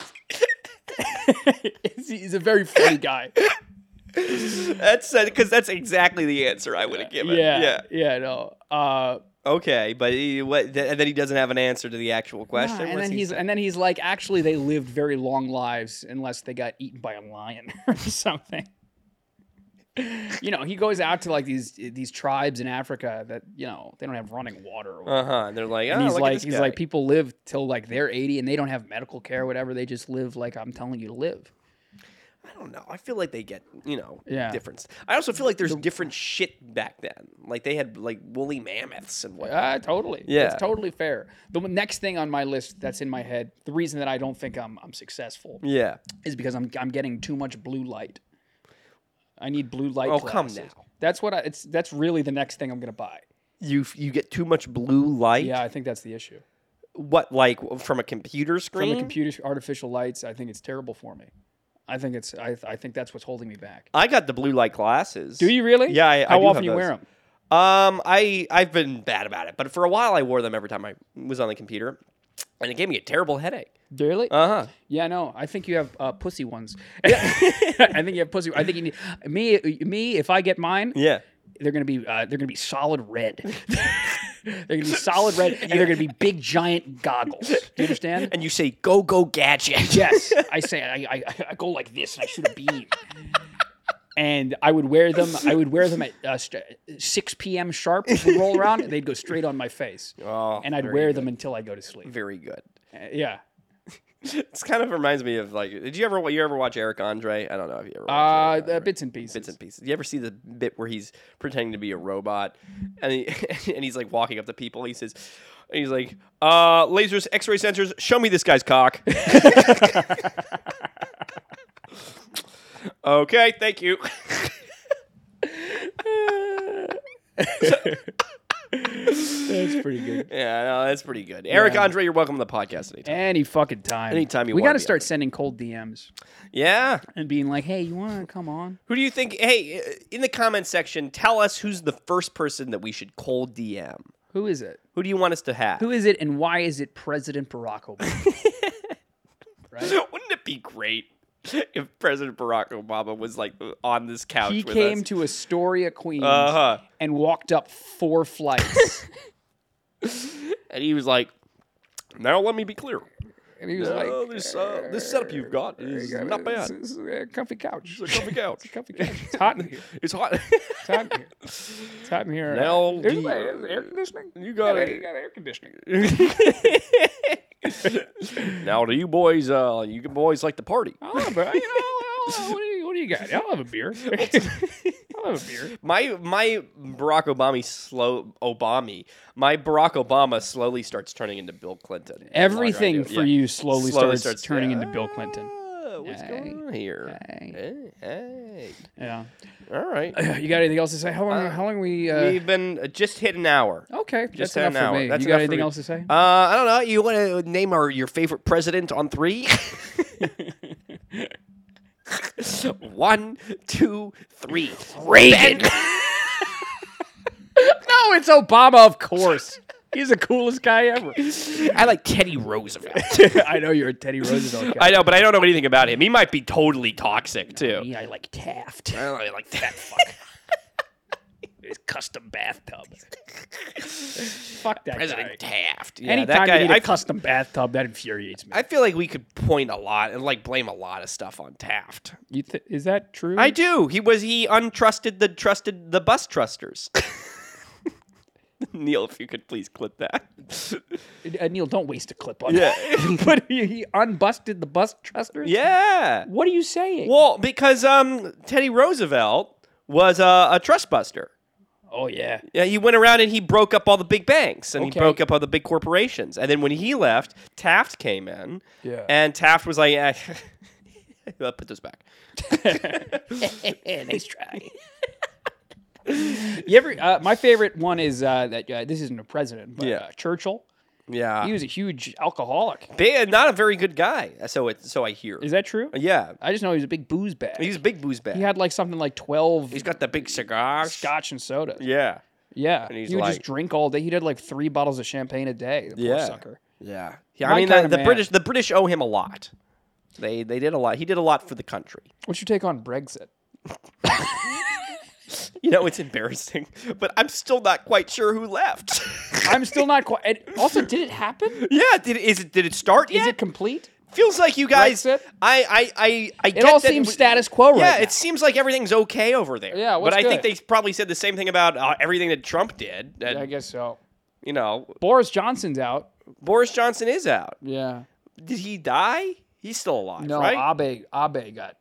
S1: He's- he's a very funny guy.
S2: That's because that's exactly the answer I would have given.
S1: Yeah, yeah, no. Uh,
S2: Okay, but he, what? Th- and then he doesn't have an answer to the actual question.
S1: and
S2: What's
S1: then
S2: he
S1: he's and then he's like, actually, they lived very long lives unless they got eaten by a lion or something. you know, he goes out to like these these tribes in Africa that you know they don't have running water. Or whatever.
S2: Uh huh. And they're like, oh,
S1: and he's
S2: look at
S1: like
S2: this
S1: he's
S2: guy.
S1: like people live till like they're 80 and they don't have medical care or whatever they just live like i'm telling you to live
S2: I don't know. I feel like they get you know
S1: Yeah.
S2: different. I also feel like there's different shit back then. Like they had like woolly mammoths and what.
S1: uh, totally
S2: Yeah.
S1: it's totally fair the one- next thing on my list that's in my head the reason that i don't think i'm, I'm successful
S2: Yeah.
S1: is because I'm, I'm getting too much blue light i need blue light
S2: Oh, come
S1: glasses.
S2: now.
S1: that's what i it's that's really the next thing i'm gonna buy
S2: You f- you get too much blue light.
S1: yeah i think that's the issue
S2: What like w- from a computer
S1: from
S2: screen?
S1: the computer artificial lights i think it's terrible for me i think it's i, I think that's what's holding me back
S2: I got the blue light glasses.
S1: do you really
S2: Yeah, I- I
S1: how
S2: do
S1: often
S2: have
S1: you wear
S2: those.
S1: them
S2: Um, I I've been bad about it, but for a while I wore them every time I was on the computer, and it gave me a terrible headache.
S1: really
S2: Uh huh.
S1: Yeah, no, I think you have uh, pussy ones. I think you have pussy. I think you need me. Me, if I get mine,
S2: Yeah.
S1: they're gonna be uh, they're gonna be solid red. they're gonna be solid red, and they're gonna be big giant goggles. Do you understand?
S2: And you say go go gadget.
S1: yes, I say I, I I go like this, and I shoot a beam. And I would wear them. I would wear them at uh, st- 6 p.m. sharp. We'd roll around, and they'd go straight on my face.
S2: Oh,
S1: and I'd
S2: very
S1: wear
S2: good.
S1: them until I go to sleep.
S2: Very good.
S1: Uh, yeah.
S2: This kind of reminds me of like, did you ever you ever watch Eric Andre? I don't know if you ever
S1: Uh,
S2: watched Eric
S1: uh,
S2: Andre.
S1: bits and pieces.
S2: bits and pieces. You ever see the bit where he's pretending to be a robot, and he and he's like walking up to people. He says, and he's like, uh, lasers, X-ray sensors. Show me this guy's cock. okay, thank you.
S1: That's pretty good.
S2: yeah, no, that's pretty good. Eric Andre, you're welcome to the podcast anytime.
S1: Any fucking time.
S2: Anytime you
S1: we
S2: wanna
S1: gotta
S2: be
S1: start
S2: out there.
S1: sending cold DMs
S2: Yeah.
S1: and being like, "Hey, you want to come on?"
S2: Who do you think? Hey, uh, in the comment section, tell us who's the first person that we should cold DM.
S1: Who is it?
S2: Who do you want us to have?
S1: Who is it, and why is it President Barack Obama?
S2: Wouldn't it be great if President Barack Obama was like on this couch
S1: He
S2: with
S1: came
S2: us.
S1: to Astoria, Queens,
S2: Uh-huh.
S1: and walked up four flights.
S2: and he was like, "Now let me be clear.
S1: and he was
S2: Uh,
S1: like,
S2: this uh, this setup you've got is
S1: "Yeah,
S2: not
S1: it's-
S2: bad.
S1: It's, a comfy couch.
S2: It's a comfy couch.
S1: comfy couch. It's hot in here.
S2: It's hot.
S1: It's hot in here. It's hot in here.
S2: Now
S1: There's,
S2: the-
S1: like, there's air conditioning.
S2: you got
S1: Yeah, you
S2: it.
S1: got air conditioning.
S2: Now do you boys? Uh, you boys like the party?
S1: I'll have a, you know, I'll- what, do you, what do you got? I'll have a beer. I'll have a beer.
S2: My my Barack Obama slow Obama. My Barack Obama slowly starts turning into Bill Clinton.
S1: Everything
S2: Yeah.
S1: for you slowly,
S2: Slowly
S1: starts,
S2: starts-
S1: turning
S2: yeah.
S1: into Bill Clinton.
S2: Ah, What's
S1: Hey.
S2: going on here?
S1: Hey.
S2: Hey,
S1: Yeah.
S2: hey. All right.
S1: You got anything else to say? How long? how long we? Uh,
S2: We've been uh, just hit an hour.
S1: okay.
S2: Just
S1: that's enough
S2: had an
S1: for
S2: hour.
S1: me.
S2: That's
S1: you got
S2: enough for
S1: anything
S2: me.
S1: else to say?
S2: Uh, I don't know. You want to name our your favorite president on three? One, two, three.
S4: Reagan.
S1: no, it's Obama, of course. He's the coolest guy ever.
S2: I like Teddy Roosevelt.
S1: I know you're a Teddy Roosevelt guy.
S2: I know, but I don't know anything about him. He might be totally toxic too.
S4: Yeah, I like Taft.
S2: I don't know, like that.
S4: His custom bathtub.
S1: Fuck that
S4: President
S1: guy.
S4: Taft.
S2: Yeah,
S1: Anytime
S2: that guy.
S1: you need a
S2: I-
S1: custom bathtub, that infuriates me.
S2: I feel like we could point a lot and like blame a lot of stuff on Taft.
S1: you th- is that true?
S2: I do. He was he untrusted the trusted the bus trusters. Neil, if you could please clip that.
S1: Uh, Neil, don't waste a clip on that. but he, he unbusted the bus trusters?
S2: yeah.
S1: What are you saying?
S2: Well, because um Teddy Roosevelt was a, a trust buster.
S1: Oh, yeah.
S2: Yeah, he went around and he broke up all the big banks and
S1: Okay.
S2: he broke up all the big corporations. And then when he left, Taft came in.
S1: Yeah.
S2: And Taft was like, eh, put those back.
S4: nice try.
S1: You ever, uh, my favorite one is uh, that uh, this isn't a president, but
S2: Yeah. Uh.
S1: uh, Churchill.
S2: Yeah.
S1: He was a huge alcoholic.
S2: Ba- not a very good guy. So it so I hear.
S1: Is that true?
S2: yeah.
S1: I just know he was a big booze bag.
S2: He's a big booze bag.
S1: he had like something like 12
S2: He's got the big cigar.
S1: scotch and soda.
S2: Yeah.
S1: Yeah.
S2: he's
S1: he would
S2: like-
S1: just drink all day. He had like three bottles of champagne a day. The poor
S2: Yeah.
S1: sucker.
S2: Yeah. Yeah,
S1: My
S2: I mean
S1: kinda
S2: the, the
S1: man.
S2: British the British owe him a lot. They they did a lot. He did a lot for the country.
S1: What's your take on Brexit?
S2: You know, it's embarrassing, but I'm still not quite sure who left.
S1: I'm still not quite. and Also, did it happen?
S2: yeah, did is it did it start
S1: Is
S2: yet?
S1: it complete?
S2: Feels like you guys.
S1: Brexit?
S2: I I I I get
S1: all
S2: that
S1: seems
S2: we-
S1: status quo right
S2: Yeah,
S1: now.
S2: it seems like everything's okay over there.
S1: Yeah,
S2: but
S1: what's
S2: I think
S1: good?
S2: they probably said the same thing about uh, everything that Trump did. And,
S1: Yeah, I guess so.
S2: You know,
S1: Boris Johnson's out.
S2: Boris Johnson is out.
S1: Yeah.
S2: Did he die? He's still alive,
S1: No,
S2: right?
S1: Abe. Abe got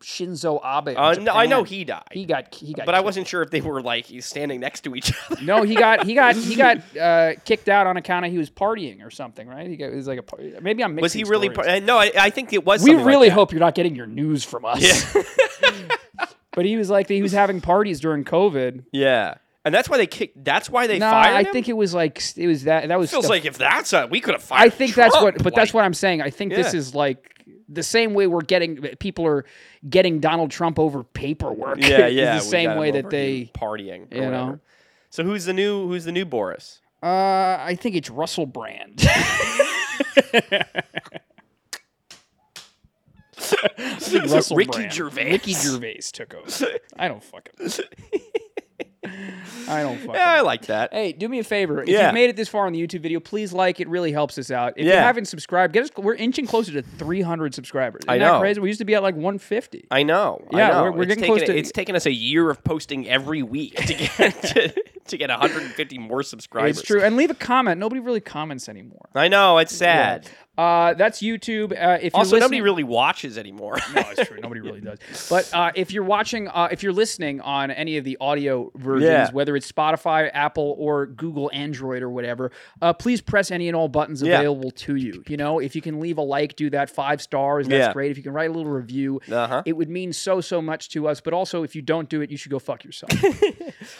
S1: Shinzo Abe.
S2: Uh, no, I know
S1: Japan.
S2: he died,
S1: He got. He got.
S2: but I
S1: kicked.
S2: wasn't sure if they were like standing next to each other.
S1: No, he got. He got. He got uh, kicked out on account of he was partying or something, right? He got. It was like a. par- Maybe I'm.
S2: Was
S1: mixing
S2: he really?
S1: stories.
S2: Par- uh, no, I, I think it was.
S1: we
S2: something like
S1: really
S2: that.
S1: hope you're not getting your news from us. but he was like he was having parties during COVID.
S2: Yeah, and that's why they kicked. That's why they
S1: Nah,
S2: fired
S1: I
S2: him.
S1: think it was like it was that that was.
S2: feels
S1: the-
S2: like if that's a we could have fired.
S1: I think that's what,
S2: Trump,
S1: but that's
S2: like-
S1: what I'm saying. I think this
S2: Yeah.
S1: is like the same way we're getting people are getting Donald Trump over paperwork.
S2: Yeah,
S1: is
S2: yeah.
S1: the
S2: we
S1: same
S2: got
S1: way
S2: him
S1: that
S2: over
S1: they.
S2: partying. Or
S1: you know?
S2: whatever. So who's the new? Who's the new Boris?
S1: Uh, I think it's Russell Brand. I think Russell
S2: Ricky
S1: Brand.
S2: Gervais.
S1: Ricky Gervais took over. I don't fucking. I don't fucking.
S2: Yeah, I like that.
S1: Hey, do me a favor. If
S2: Yeah.
S1: you've made it this far on the YouTube video, please like. It really helps us out. If you
S2: Yeah.
S1: haven't subscribed, get us. We're inching closer to 300 subscribers. Isn't
S2: I
S1: that
S2: know.
S1: crazy? We used to be at like 150.
S2: I know. I
S1: Yeah,
S2: know.
S1: we're- we're
S2: it's
S1: getting
S2: taken,
S1: close to-
S2: It's taken us a year of posting every week to get to, to get 150 more subscribers.
S1: It's true. And leave a comment. Nobody really comments anymore.
S2: I know. It's sad.
S1: Uh, that's YouTube. Uh, if
S2: Also,
S1: you're
S2: nobody
S1: listening-
S2: really watches anymore.
S1: No, Oh, it's true. Nobody really does. But uh, if you're watching, uh, if you're listening on any of the audio versions,
S2: Yeah.
S1: whether it's Spotify, Apple, or Google Android or whatever, uh, please press any and all buttons
S2: Yeah.
S1: available to you. You know, if you can leave a like, do that five stars. That's
S2: Yeah.
S1: great. If you can write a little review,
S2: Uh-huh.
S1: it would mean so so much to us. But also, if you don't do it, you should go fuck yourself.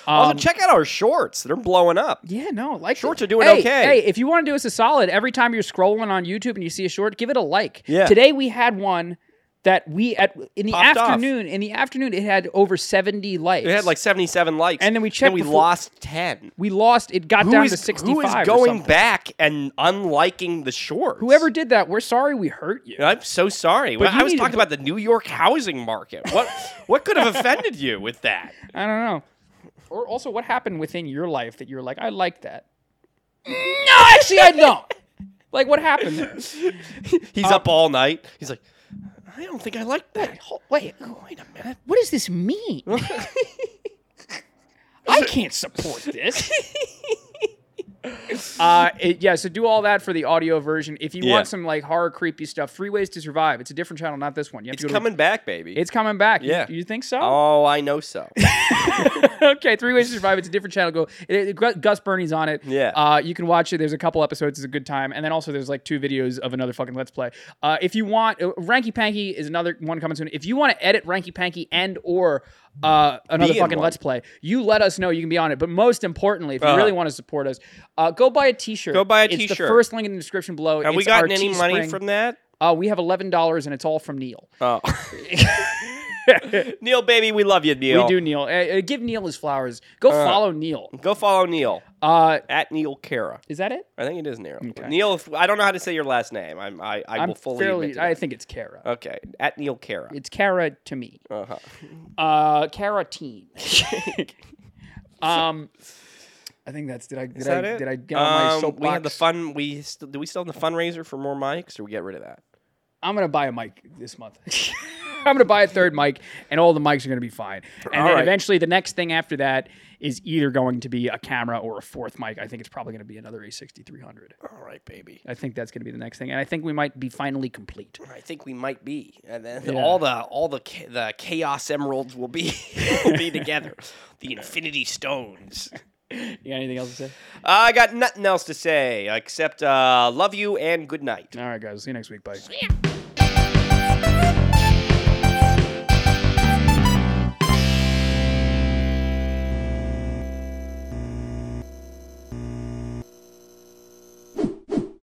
S2: also, check out our shorts. They're blowing up.
S1: Yeah, no, like
S2: Shorts
S1: it.
S2: are doing
S1: hey,
S2: okay.
S1: Hey, if you want to do us a solid, every time you're scrolling on YouTube and you see a short, give it a like.
S2: Yeah.
S1: Today we had one that we at in the
S2: Popped off.
S1: afternoon in the afternoon it had over 70 likes.
S2: It had like 77 likes.
S1: And then we checked
S2: we
S1: before-
S2: lost 10.
S1: we lost it got
S2: Who
S1: down
S2: is,
S1: to 65
S2: who is
S1: or
S2: going
S1: something.
S2: back and unliking the shorts?
S1: Whoever did that, we're sorry we hurt you.
S2: I'm so sorry. Well,
S1: you
S2: I was
S1: need to
S2: talking about the New York housing market. What what could have offended you with that?
S1: I don't know. Or also what happened within your life that you're like, I like that. No, actually I don't. like what happened there?
S2: He's up all night. He's like, Um, I don't think I like that. Hold- Wait, wait a minute.
S1: What does this mean? I can't support this. uh, it- yeah, so do all that for the audio version. If you
S2: Yeah.
S1: want some like horror, creepy stuff, Three Ways to Survive. It's a different channel, not this one. You have
S2: It's
S1: to go
S2: coming
S1: To,
S2: back, baby.
S1: it's coming back. You-
S2: Yeah.
S1: You, think so?
S2: oh, I know so.
S1: okay, Three Ways to Survive. It's a different channel. Go. It, it- Gus- Gus Bernie's on it.
S2: Yeah.
S1: Uh, you can watch it. There's a couple episodes. It's a good time. And then also there's like two videos of another fucking Let's Play. Uh, if you want, uh, Ranky Panky is another one coming soon. If you want to edit Ranky Panky and or uh, another
S2: in
S1: fucking
S2: one.
S1: Let's Play, you let us know. You can be on it. But most importantly, if you
S2: Uh-huh.
S1: really want to support us, uh, go buy a T-shirt.
S2: Go buy a
S1: it's The
S2: t-shirt.
S1: first link in the description below.
S2: Have we
S1: It's our
S2: gotten any money
S1: Teespring.
S2: from that?
S1: Uh, we have eleven dollars, and it's all from Neil.
S2: Oh. Neil, baby, we love you, Neil.
S1: We do Neil. Uh, Uh, give Neil his flowers. Go
S2: Uh.
S1: follow Neil.
S2: Go follow Neil
S1: Uh,
S2: at Neil Cara.
S1: is that it?
S2: I think it is Neil. Neil, if- I don't know how to say your last name. I'm, I, I
S1: I'm
S2: will fully
S1: fairly.
S2: admit to
S1: I
S2: that. Uh,
S1: think it's Kara.
S2: Okay, at Neil Cara.
S1: it's Kara to me.
S2: Uh-huh.
S1: Uh, carotene. um, I think that's. Did I? Did
S2: Is
S1: I?
S2: that it?
S1: Did I get on my
S2: Um,
S1: soapbox?
S2: We had the fun. We st- do we still have the fundraiser for more mics, or we get rid of that?
S1: I'm gonna buy a mic this month. I'm gonna buy a third mic, and all the mics are gonna be fine. And
S2: All
S1: then
S2: right.
S1: eventually, the next thing after that is either going to be a camera or a fourth mic. I think it's probably gonna be another A6300.
S2: All right, baby.
S1: I think that's gonna be the next thing, and I think we might be finally complete.
S2: I think we might be, and then
S1: Yeah.
S2: all the all the cha- the chaos emeralds will be will be together. The infinity stones.
S1: You got anything else to say?
S2: I got nothing else to say except uh, love you and good night.
S1: All right, guys. See you next week. Bye.
S4: Yeah.